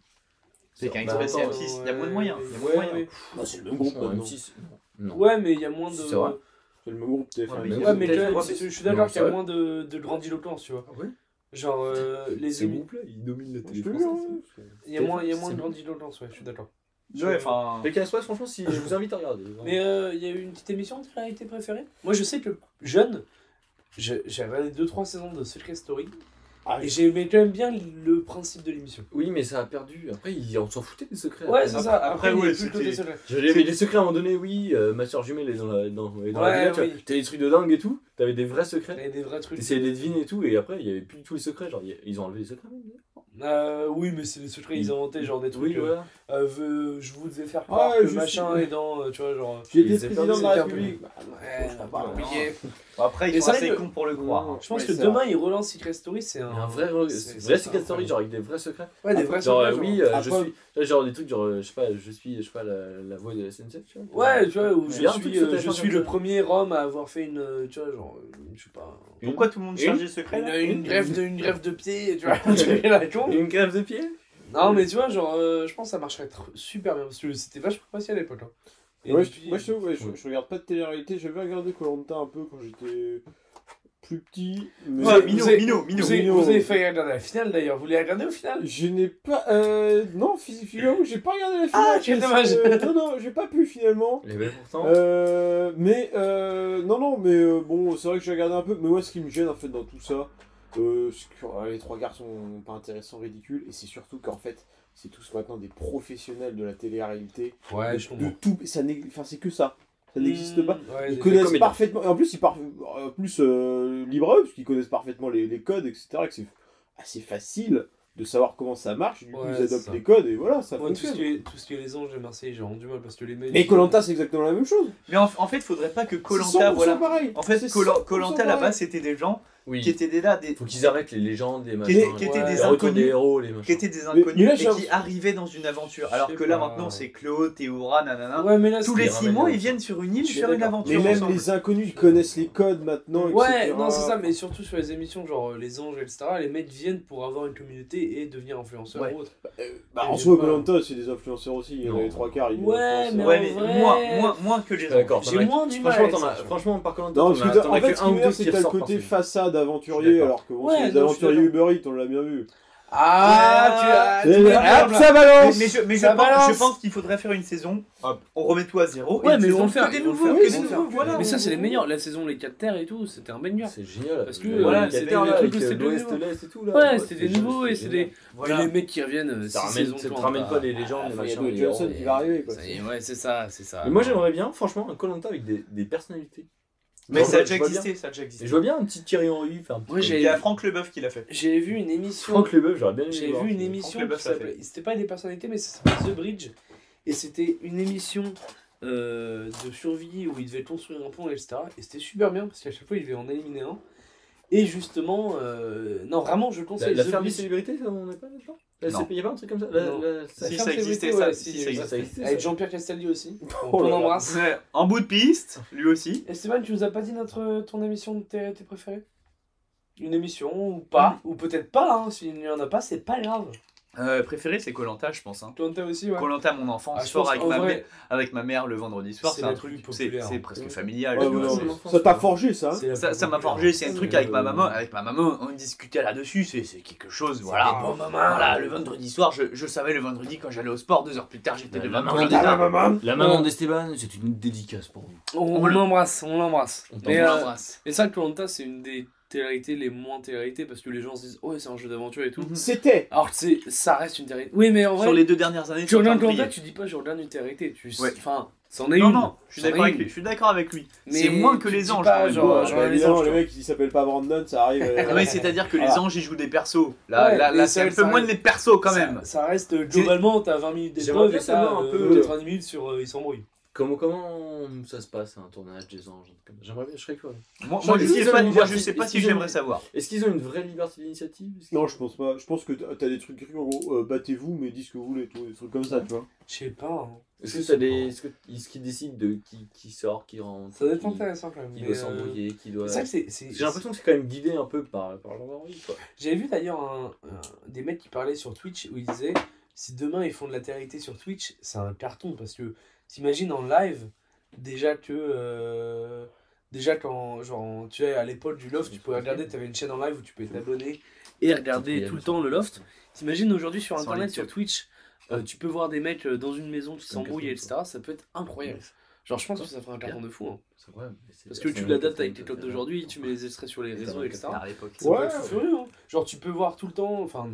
S2: C'est-
S5: C'est qu'un
S2: bah,
S5: Express et
S1: attends,
S5: M6, il y a moins de
S1: ouais,
S5: moyens. Il y a moins de
S1: ouais,
S5: moyens.
S4: Bah, c'est le même groupe.
S2: Franchement,
S4: maintenant.
S2: M6, non.
S1: Ouais, mais il y a moins de.
S2: C'est vrai.
S4: C'est le même groupe TF1.
S5: Ouais,
S1: Ouais,
S2: mais-
S1: mais quand même,
S2: Ouais,
S1: je
S2: mais-
S1: je suis d'accord
S2: non,
S1: qu'il y a
S2: c'est
S1: moins de, de grandiloquence, tu vois.
S2: Ah ouais
S1: Genre, euh, les
S2: Ce
S1: émis-
S2: groupe-là, il domine la
S4: Je
S2: télé
S4: te
S2: française.
S4: jure,
S2: hein.
S1: Il y a moins, il y a
S2: C'est
S1: moins de
S2: bon.
S1: grandiloquence, ouais, je suis d'accord.
S5: Ouais, enfin.
S2: Pékin Express, franchement, si, je vous invite à regarder. hein. vraiment.
S1: Mais euh, il y a eu une petite émission de réalité préférée Moi, je sais que jeune, j'ai j'ai regardé 2-3 saisons de Secret Story
S4: Ah,
S1: et j'ai aimé quand même bien le principe de l'émission.
S2: Oui, mais ça a perdu. Après, ils- on s'en foutait des secrets.
S1: Ouais,
S2: Après,
S1: c'est ça. Après,
S5: après,
S1: il y a
S5: ouais,
S1: plus le côté
S5: c'était-
S1: secret.
S2: Je l'ai- mais les secrets à un moment donné, oui, euh, ma soeur jumelle est dans la, dans, est dans
S1: Ouais,
S2: la villa, tu
S1: oui.
S2: vois. T'avais des trucs de dingue et tout, t'avais des vrais
S1: Il y
S2: secrets.
S1: a des vrais trucs.
S2: T'essayais de les deviner et tout, et après, il y avait plus du tout les secrets. Genre, y- ils ont enlevé les secrets. même.
S1: Euh, oui, mais c'est des secrets, ils inventaient genre des trucs.
S2: Oui,
S1: euh,
S2: voilà.
S1: euh, veux- je vous devais faire croire
S4: Ouais,
S1: que
S4: juste-
S1: machin est dans. euh, tu vois, genre.
S4: J'ai
S2: Ils
S4: été
S2: étaient
S4: président de la
S1: permis, c'était
S4: République.
S1: Ouais,
S4: je crois
S1: bah,
S4: pas,
S1: oui.
S5: non. Après,
S1: Mais
S5: ils
S1: c'est
S5: sont
S1: vrai
S5: assez
S1: que-
S5: cons pour le croire.
S1: Je pense
S5: Ouais,
S1: que
S5: c'est
S1: demain, ils relancent Secret Story, c'est un.
S2: Il y a un vrai, vrai,
S1: c'est-
S2: vrai
S1: c'est
S2: secret
S1: ça,
S2: story,
S1: ouais.
S2: genre avec des vrais secrets.
S1: Ouais, des vrais hein.
S2: genre, euh,
S1: secrets,
S2: oui,
S1: genre.
S2: euh, je
S4: Après-
S2: suis. là, Genre, des trucs genre, euh, je sais pas, je suis, je sais pas, la, la voix de la SNCF, tu vois.
S1: Ouais, tu vois, où
S2: euh, bah, Il
S1: je
S2: y a un truc
S1: suis,
S2: sur
S1: euh,
S2: TF1
S1: je suis
S2: comme
S1: le
S2: ça.
S1: premier Rome à avoir fait une. euh, Tu vois, genre. euh, Je sais pas.
S5: vrai. Pourquoi tout le monde
S2: Une-
S5: cherche des secrets
S1: Une,
S5: là
S1: une grève de, une grève de pied,
S4: [LAUGHS]
S1: tu vois, tu fais la con.
S2: Une grève de pied
S1: Non, mais tu vois, genre, euh, je pense que ça marcherait tr- super bien parce que c'était vachement facile à l'époque. hein. Et
S4: Ouais,
S1: depuis-
S4: je, moi, je, t'avoue, ouais, je-
S2: Ouais.
S4: je regarde pas de télé-réalité. J'avais regardé Colanta un peu quand j'étais plus petit. Mais
S5: Ouais,
S1: Mino,
S5: Mino, Mino, Mino.
S1: Vous avez,
S4: Mignon.
S1: vous avez failli regarder la finale d'ailleurs, vous l'avez regardé au final
S4: Je n'ai pas. Euh, non, fi- figurez-vous, j'ai pas regardé la finale.
S1: Ah, quel
S4: parce que- euh,
S1: dommage.
S4: Non, non, j'ai pas pu finalement.
S2: Les belles pourtant.
S4: Euh, mais euh, non, non, mais euh, bon, c'est vrai que j'ai regardé un peu. Mais moi, ce qui me gêne en fait dans tout ça, euh, c'est que euh, les trois garçons sont pas intéressants, ridicules, et c'est surtout qu'en fait, c'est tous maintenant des professionnels de la télé-réalité.
S1: Ouais,
S4: de, de tout, ça n'ex- enfin, c'est que ça. Ça n'existe pas.
S1: Ouais,
S4: Ils
S1: des-
S4: connaissent
S2: comédiens.
S4: parfaitement. et En plus, ils parf... en plus euh, libre à eux, parce qu'ils connaissent parfaitement les, les codes, etc. Et que c'est assez facile de savoir comment ça marche. et Du coup,
S1: Ouais,
S4: ils
S1: c'est
S4: adoptent
S1: ça.
S4: les codes, et voilà, ça
S1: Moi, tout, ce
S4: fonctionne.
S1: qui est, tout ce qui est les anges et Marseille, j'ai rendu mal parce que les mecs.
S4: Mais Colanta, c'est exactement la même chose.
S5: Mais en, en fait, faudrait pas que
S4: C'est 100%
S5: Colanta, voilà.
S4: pareil.
S5: En fait,
S4: C'est
S5: Colanta
S4: 100%
S5: là-bas,
S4: pareil.
S5: c'était des gens qui
S2: Oui.
S5: étaient des là, des,
S2: Faut qu'ils arrêtent les légendes, les
S5: qui étaient,
S2: machins.
S5: qui étaient
S1: Ouais.
S5: des
S2: Les retours des
S5: inconnus,
S2: héros, les machins.
S5: qui étaient des
S4: Mais
S5: inconnus
S4: là,
S5: et
S4: j'ai
S5: qui
S4: un-
S5: arrivaient dans une aventure.
S1: Je
S5: Alors
S1: sais
S5: que là
S1: pas.
S5: maintenant, c'est Claude, Théoura, nanana.
S1: Ouais, mais là,
S5: Tous
S1: c'est-
S5: les
S2: c'est
S5: six
S2: ramène
S5: mois,
S2: le-
S5: ils viennent sur une île
S2: Je suis
S5: faire une
S2: d'accord.
S4: Mais
S5: aventure
S4: même
S5: ensemble.
S4: les inconnus, ils connaissent les codes maintenant, etc.
S1: Ouais, non, c'est ça, mais surtout sur les émissions genre euh, les anges, etc., les mecs viennent pour avoir une communauté et devenir influenceurs
S5: Ouais.
S1: ou autre.
S4: Euh, bah,
S1: Mais
S4: en
S1: je
S4: soi,
S1: sais pas.
S4: Colanta, c'est des influenceurs aussi. Il y en a
S2: Non.
S4: les trois quarts. il y en a
S1: Ouais,
S4: des
S1: mais-
S4: influenceurs.
S5: Ouais, mais
S1: en vrai-
S5: moins, moins, moins que les
S2: Je
S5: autres.
S2: suis d'accord, t'en as
S1: J'ai moins du mal.
S2: Franchement,
S1: avec
S2: t'en
S1: ça,
S2: as-
S1: tu vois.
S2: franchement, par contre,
S4: Non,
S2: t'en
S4: parce
S2: as
S4: que t'as-
S2: t'en
S4: en
S2: as
S4: fait,
S2: que un
S4: ce
S2: ou
S4: qui
S2: deux
S4: m'énerve,
S2: qui
S4: c'est que t'as le
S2: ressortent par
S4: côté
S2: semaine.
S4: façade
S2: Je suis
S4: aventurier,
S2: d'accord.
S4: alors que bon,
S1: Ouais,
S4: c'est
S1: non,
S4: les
S1: je suis
S4: aventuriers Uber Eats, on l'a bien vu.
S1: Ah, tu as.
S4: Et
S1: tu
S4: hop,
S1: as-
S4: ça
S3: Mais,
S4: balance
S3: mais je, mais je
S1: Ça
S3: pense,
S1: balance.
S3: je pense qu'il faudrait faire une saison. Hop, on remet tout à zéro.
S6: Ouais,
S3: une
S6: mais ils
S3: saison,
S6: vont le faire,
S3: que des
S6: ils vont le
S3: nouveaux,
S6: faire,
S3: que
S4: ils
S3: des
S4: vont le
S3: nouveaux,
S6: faire.
S3: voilà.
S6: Mais ça, c'est les meilleurs. La saison Les 4 terres et tout, c'était un banger.
S2: C'est génial.
S6: Parce que, euh,
S2: voilà,
S6: voilà,
S2: c'était
S6: c'était
S2: des
S6: des
S2: trucs
S6: trucs, c'était des
S2: l'ouest,
S6: nouveaux.
S2: l'est et tout là.
S6: Ouais, c'était des
S2: génial,
S6: nouveaux et c'est
S2: c'était
S6: des.
S2: génial.
S6: Mais
S3: Voilà.
S6: les mecs qui
S1: euh,
S6: reviennent,
S2: Ça
S6: c'est
S2: ramène,
S6: saisons
S2: ça te
S6: plein,
S1: bah.
S2: ramène
S6: quoi.
S2: pas les légendes, les
S4: enfin, il y a
S2: machins.
S4: Dwayne
S2: les
S4: Johnson
S2: héros.
S4: qui va arriver, quoi.
S6: Ça y est, Ouais, c'est ça, c'est ça.
S2: Mais moi j'aimerais bien, franchement, un Colanta avec des, des personnalités.
S3: Mais
S2: Je
S3: ça
S2: vois
S3: a déjà
S2: bien.
S3: existé, ça a déjà
S2: Et
S3: existé.
S2: je vois bien un petit Thierry Henry, enfin un petit.
S6: Moi,
S3: Il
S6: j'ai
S3: y a Franck Leboeuf qui l'a fait.
S1: J'ai vu une émission.
S2: Franck Leboeuf, j'aurais bien aimé.
S1: J'ai
S2: le voir.
S1: vu une émission
S3: Leboeuf
S1: qui
S3: l'a fait.
S1: s'appelait. C'était pas des personnalités, mais ça s'appelait The Bridge. Et c'était une émission euh, de survie où ils devaient construire un pont, etc. Et c'était super bien parce qu'à chaque fois, ils devaient en éliminer un. Et justement, euh, non, vraiment, je
S2: La,
S1: conseille
S2: la
S1: The
S2: ferme des
S1: Bridge.
S2: célébrités, ça, on n'est pas là-dedans Il
S7: Non.
S2: n'y a pas un truc comme ça La-
S1: Non.
S2: la-
S1: La
S3: Si,
S1: ferme
S3: ça existait,
S1: célébrité,
S3: ça,
S1: ouais,
S3: si,
S1: si,
S3: ça
S1: exact.
S2: ça, ça existait,
S1: Avec
S2: ça.
S1: Jean-Pierre Castaldi aussi,
S4: Oh
S1: on
S4: là là.
S1: l'embrasse.
S3: Ouais, En bout de piste, lui aussi.
S1: Esteban, tu nous as pas dit notre, euh, ton émission de tes, tes préférées Une émission ou pas Ou peut-être pas, hein, s'il n'y en a pas, c'est pas grave.
S3: Euh, préféré, c'est Colanta, je pense. Hein.
S1: Toi, t'as aussi, ouais.
S3: Colanta, mon enfant,
S1: Ah, je
S3: sort
S1: pense,
S3: avec,
S1: en
S3: ma
S1: vrai,
S3: mère- avec ma mère le vendredi soir.
S1: C'est
S3: C'est un
S1: la plus
S3: truc, c'est
S1: populaire.
S3: c'est presque familial.
S4: Ouais,
S3: tu vois,
S4: ouais,
S3: c'est-
S4: ouais.
S2: l'enfance,
S4: Ça t'a
S2: ouais.
S4: forgé, ça hein
S1: c'est la
S3: Ça,
S1: plus
S3: ça m'a
S1: populaire.
S3: forgé, c'est un truc
S2: euh,
S3: avec ma maman. Avec ma maman, on discutait là-dessus, c'est c'est quelque chose,
S1: C'était
S3: voilà.
S1: Ah, bon, maman.
S3: Voilà, le vendredi soir, je, je savais le vendredi quand j'allais au sport, deux heures plus tard, j'étais
S2: Bah,
S3: de
S2: la
S3: maman.
S2: maman
S3: j'étais là.
S2: La maman d'Esteban, c'est une dédicace pour vous.
S1: On,
S3: On
S1: on
S3: le-
S1: l'embrasse, on l'embrasse.
S2: On
S1: Mais,
S3: On
S1: euh,
S3: l'embrasse.
S1: mais ça, Colanta, c'est une des télé les moins télé parce que les gens se disent, ouais, c'est un jeu d'aventure et tout.
S3: Mhm.
S4: C'était
S1: Alors que c'est- ça reste une télé Oui, mais en vrai,
S3: Sur les deux dernières années,
S1: tu
S3: c'est
S1: regardes
S3: encore
S1: Colanta,
S3: brillé.
S1: tu dis pas, je regarde une télé Tu...
S3: Ouais.
S1: Enfin, c'en est
S3: Non,
S1: une.
S3: non, je suis
S1: C'en est
S3: d'accord avec
S1: une.
S3: lui. Je suis d'accord avec lui.
S1: Mais
S3: C'est moins que
S1: tu
S3: les
S1: dis
S3: anges.
S1: pas,
S3: quand même.
S1: genre,
S4: Bon,
S1: genre,
S4: bah,
S1: les
S4: évidemment,
S1: anges,
S4: le
S1: quoi.
S4: mec, il s'appelle pas Brandon, ça arrive. euh,
S3: Ouais, c'est-à-dire que les
S4: Voilà.
S3: anges, ils jouent des persos. Là,
S1: Ah, Ouais,
S3: là,
S1: mais
S3: là,
S1: ça-
S3: c'est un
S1: ça-
S3: peu moins de les persos quand
S1: Ça-
S3: même.
S1: Ça, reste euh, globalement, t'as 20 minutes
S2: J'aimerais
S1: d'épreuve
S2: bien
S1: et
S2: savoir
S1: t'as
S2: un
S1: euh,
S2: peu-
S1: 90 minutes sur euh, Ils s'embrouillent.
S2: Comment, comment ça se passe un tournage des anges un truc comme ça J'aimerais bien, je serais curieux.
S3: Moi,
S2: Sur
S3: moi,
S2: les
S3: je sais
S2: deux
S3: pas,
S2: anges,
S3: moi, je
S2: ils-
S3: sais pas si
S2: ils-
S3: j'aimerais savoir.
S2: Est-ce qu'ils ont une vraie liberté d'initiative Est-ce qu'ils-
S4: Non, je pense pas. Je pense que t'as t'as des trucs gris, en gros, euh, battez-vous, mais dites ce que vous voulez, tout, des trucs comme ça, tu vois.
S1: Je sais pas. hein.
S2: Est-ce que t'as des. Est-ce que- est-ce qu'ils décident de qui, qui sort, qui rentre
S1: Ça doit être
S2: qui-
S1: intéressant quand même.
S2: Qui
S1: mais,
S2: doit
S1: euh,
S2: s'embrouiller, qui doit.
S1: C'est ça que c'est- c'est-
S2: J'ai l'impression que c'est quand même guidé un peu par, par leur envie, quoi.
S1: J'avais vu d'ailleurs un- un- des mecs qui parlaient sur Twitch où ils disaient si demain ils font de la télérité sur Twitch, c'est un carton parce que t'imagines en live déjà que euh, déjà quand genre tu es à l'époque du loft, tu pouvais regarder, t'avais une chaîne en live où tu pouvais t'abonner et regarder tout le temps le loft. T'imagines aujourd'hui sur
S3: Sans
S1: internet,
S3: limite.
S1: sur Twitch, euh, tu peux voir des mecs euh, dans une maison qui
S2: Comme Mmh.
S1: s'embrouillent
S2: carton,
S1: etc. Ça peut être incroyable. Genre je pense que ça ferait un carton de fou. hein.
S2: C'est vrai. mais c'est-
S1: Parce que
S2: c'est
S1: tu
S2: un-
S1: l'adaptes
S2: c'est un-
S1: avec les codes d'aujourd'hui, tu mets les extraits sur les réseaux etc.
S3: À l'époque.
S1: Ça peut
S4: Ouais.
S1: être fou furieux, hein. Genre, tu peux voir tout le temps, enfin,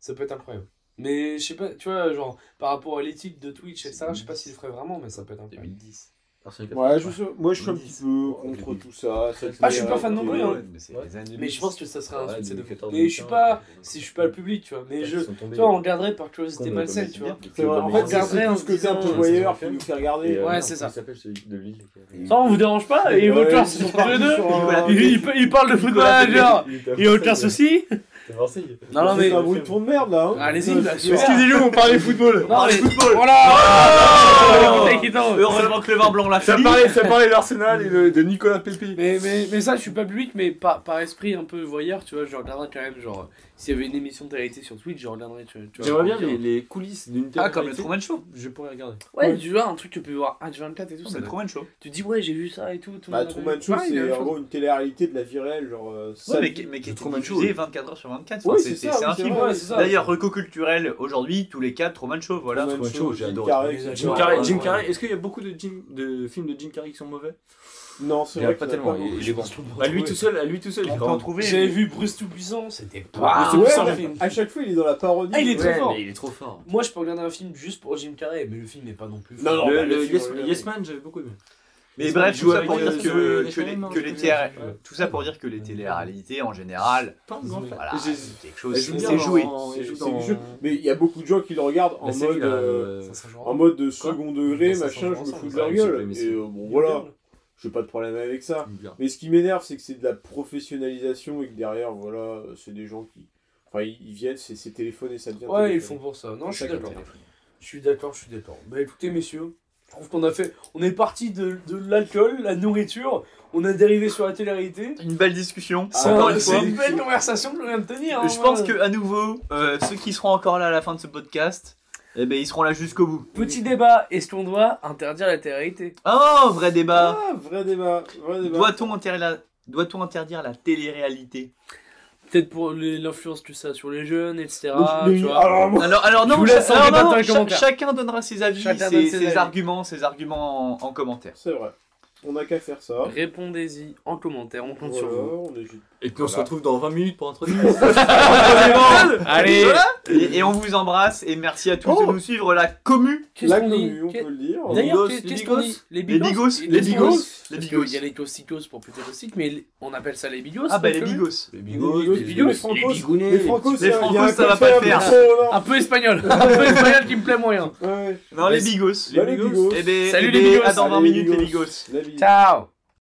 S1: ça peut être incroyable. Mais je sais pas, tu vois, genre, par rapport à l'éthique de Twitch et ça, je sais pas s'il le ferait vraiment, mais ça peut être incroyable.
S2: 2010. Personne qui a
S4: Ouais,
S2: fait-
S4: je sais- moi, je suis un
S2: Ouais.
S4: petit peu contre tout ça. ça
S1: Ah, je suis pas
S4: fait,
S1: fan non
S4: euh,
S1: plus, hein.
S3: Mais c'est
S2: Ouais.
S3: les années
S1: Mais je pense
S3: 2010.
S1: que ça serait un
S2: Ouais,
S1: truc, c'est de
S2: 2014,
S1: Mais je suis pas,
S2: 2015,
S1: si je suis pas le public, tu vois, mais
S2: euh, Ils
S1: je.
S2: sont tombés
S1: Tu vois, on
S2: dans-
S1: regarderait par
S2: dans
S1: curiosité
S2: la
S1: malsaine,
S2: comédie,
S1: tu vois.
S2: puis que
S4: C'est vrai.
S2: le
S4: En
S2: moment-
S4: fait, c'est
S1: regarderait en
S4: un
S1: se
S4: truc que t'es un peu
S1: disant-
S4: voyeur, faut nous faire
S2: Et,
S4: regarder.
S2: euh,
S1: Ouais,
S2: merde,
S1: c'est
S2: comment
S1: ça.
S2: il s'appelle celui de lui.
S1: Ça, on vous dérange pas Et
S4: Ouais,
S1: aucun
S4: ils
S1: souci
S4: sont
S1: entre les
S4: partis
S1: deux
S4: sur un-
S3: Nicolas
S1: il, il- il parle de football manager Il y a aucun souci
S2: C'est Marseille.
S1: Non, non, mais.
S4: C'est un bruit de fond de merde, là. hein.
S1: Allez-y,
S4: Ouais,
S1: là,
S4: c'est
S1: super.
S4: sûr.
S3: on parlait football.
S1: Non, mais.
S3: football.
S1: Voilà
S3: Oh
S1: La bouteille qui tombe.
S3: Heureusement que le vin blanc l'a fait.
S2: ça parlait d'Arsenal et de, Nicolas Pepe.
S1: Mais, mais, mais ça, je suis pas public, mais par, par esprit un peu voyeur, tu vois, je regarderais quand même, genre, s'il y avait une émission de télé sur Twitch, je regarderais, tu, tu vois.
S2: J'aimerais bien les, les coulisses d'une télé.
S3: Ah, comme le Truman Show.
S2: Je pourrais regarder.
S1: Ouais, tu vois, un truc que tu peux voir H24 et tout,
S3: C'est
S1: ça
S3: le Truman Show.
S1: Tu dis, ouais, j'ai vu ça et tout. tout
S4: Bah, Truman Show, c'est en gros une télé-réalité de la vie réelle, genre. euh,
S3: Ouais,
S4: ça-
S3: mais, qui- mais qui
S2: Le
S3: était
S2: Truman Show,
S3: diffusé 24h sur 24.
S4: Oui,
S3: Enfin,
S4: c'est
S3: c'est
S4: ça,
S3: c'est
S4: oui,
S3: un
S4: c'est
S3: film.
S4: vrai.
S3: D'ailleurs, reco culturel, aujourd'hui, tous les quatre, Truman Show, voilà.
S4: Truman
S2: Truman
S4: Show,
S2: Show,
S4: Jim
S2: j'adore.
S4: Carrey,
S1: Jim
S4: etc.
S2: Jim Carrey,
S1: ouais.
S2: Jim Carrey. Est-ce qu'il y a beaucoup de, Jim- de films de Jim Carrey qui sont mauvais
S4: Non, c'est
S2: Il y en a
S4: vrai
S2: pas
S4: que
S2: tellement.
S4: Ouais,
S2: Il il est bon. Bah, lui tout seul, à lui tout seul.
S3: On
S2: il
S3: peut en
S2: rend-
S3: trouver.
S1: J'avais vu Bruce Tout-Puissant, c'était
S2: Ah,
S1: pas
S2: c'est
S4: mais
S2: ça, le
S1: film.
S4: à chaque fois, il est dans la parodie.
S1: Ah, il est
S4: Ouais.
S1: très
S2: Ouais,
S1: fort.
S2: mais il est trop fort.
S1: Moi, je peux regarder un film juste pour Jim Carrey, mais le film n'est pas non plus.
S4: Non, non,
S2: le
S4: bah,
S2: le
S4: le
S2: yes,
S4: film,
S2: yes Man, j'avais beaucoup aimé.
S3: Mais
S2: Ils
S3: bref,
S2: sont
S3: tout ça
S2: avec,
S3: pour
S2: euh,
S3: dire
S2: sur
S3: que,
S2: les
S3: que les,
S2: chaînes,
S3: que
S2: non,
S3: les
S2: je
S3: télé-
S2: connais, ouais.
S3: tout ça pour dire que les télé-réalités en général,
S2: Pas un grand fan.
S3: voilà,
S2: Et j'ai-
S3: c'est quelque
S2: elle
S3: chose,
S2: joue
S3: c'est
S2: bien
S3: c'est
S2: dans-
S3: joué.
S2: elle joue
S4: C'est- c'est
S2: dans-
S4: du jeu. Mais il y a beaucoup de gens qui le regardent en
S2: la série,
S4: mode.
S2: là,
S4: euh,
S2: euh,
S1: Ça, ça jouera.
S4: En mode de second degré,
S1: ça
S4: machin,
S1: change
S4: je me
S1: ensemble,
S4: fous de
S2: ça,
S4: leur
S2: j'ai pas
S4: gueule.
S2: aimé ça.
S4: Et euh, bon, voilà, j'ai pas de problème avec ça. Mais ce qui m'énerve, c'est que c'est de la professionnalisation et que derrière, voilà, euh, c'est des gens qui. Enfin, ils ils viennent, c'est c'est téléphoné, ça devient.
S1: Ouais, ils
S4: téléphoné.
S1: le font pour ça. Non, je suis
S4: Chacun
S1: d'accord.
S4: téléphone.
S1: Je suis d'accord, je suis d'accord. Bah écoutez, messieurs, je trouve qu'on a fait. On est parti de, de l'alcool, la nourriture, on a dérivé sur la télé-réalité.
S3: Une belle discussion.
S4: Ah,
S3: Encore
S4: ouais,
S3: une
S1: C'est
S3: fois.
S1: une belle conversation que l'on vient de tenir. hein,
S3: Je pense
S1: voilà.
S3: que à nouveau, euh, ceux qui seront encore là à la fin de ce podcast, eh ben ils seront là jusqu'au bout.
S1: Petit débat, est-ce qu'on doit interdire la télé-réalité
S3: Oh, vrai débat.
S4: Ah, vrai Ah, débat, vrai débat.
S3: Doit-on interdire la doit-on interdire la télé-réalité
S1: peut-être pour les- l'influence que ça a sur les jeunes, etc.
S4: Les-
S1: tu vois.
S4: alors, moi,
S3: Alors, alors
S1: Je
S3: non,
S1: vous laisse en
S3: alors
S1: débattre
S3: non,
S1: dans les
S3: cha-
S1: commentaires.
S3: chacun donnera ses avis,
S1: Chacun
S3: ses,
S1: donne ses
S3: ses
S1: avis.
S3: arguments, ses arguments en,
S1: [LAUGHS]
S3: en commentaire.
S4: c'est vrai. On n'a qu'à faire ça.
S1: Répondez-y en commentaire, on compte sur
S4: Voilà,
S1: vous.
S4: on est juste-
S2: Et puis on se retrouve dans 20 minutes pour introduire.
S3: Allez, et, et on vous embrasse et merci à tous
S1: Oh.
S3: de nous suivre la commu,
S1: Qu'est-ce
S4: La
S1: qu'on dit
S4: commu, on
S1: Qu'est-
S4: peut le dire.
S2: Les
S1: D'ailleurs,
S2: bigos,
S1: qu'est-
S2: les
S1: qu'est-ce qu'on
S2: bigos.
S1: dit Les
S3: les bigos, les bigos, les
S1: Parce
S3: bigos.
S1: qu'il y a les toxicos pour putérostique, mais les- on appelle ça les bigos.
S3: Ah bah
S1: donc,
S3: les
S1: quand même.
S3: bigos.
S2: Les
S4: bigos, les bigos, les francos, les francos,
S3: les
S4: c'est un-
S3: francos,
S4: il y a un
S3: ça va
S4: côté
S3: pas
S4: un
S3: le faire.
S4: peu trop, là.
S1: Un peu espagnol, un peu espagnol qui me plaît moyen.
S4: Ouais, ouais.
S3: Non, les
S1: Les-
S3: bigos.
S4: Bah, les bigos.
S3: Eh ben,
S1: Salut
S3: eh
S1: les
S3: ben,
S1: bigos.
S3: À dans 20
S4: Allez, les
S3: minutes les
S4: bigos.
S3: bigos.
S4: La vie.
S1: Ciao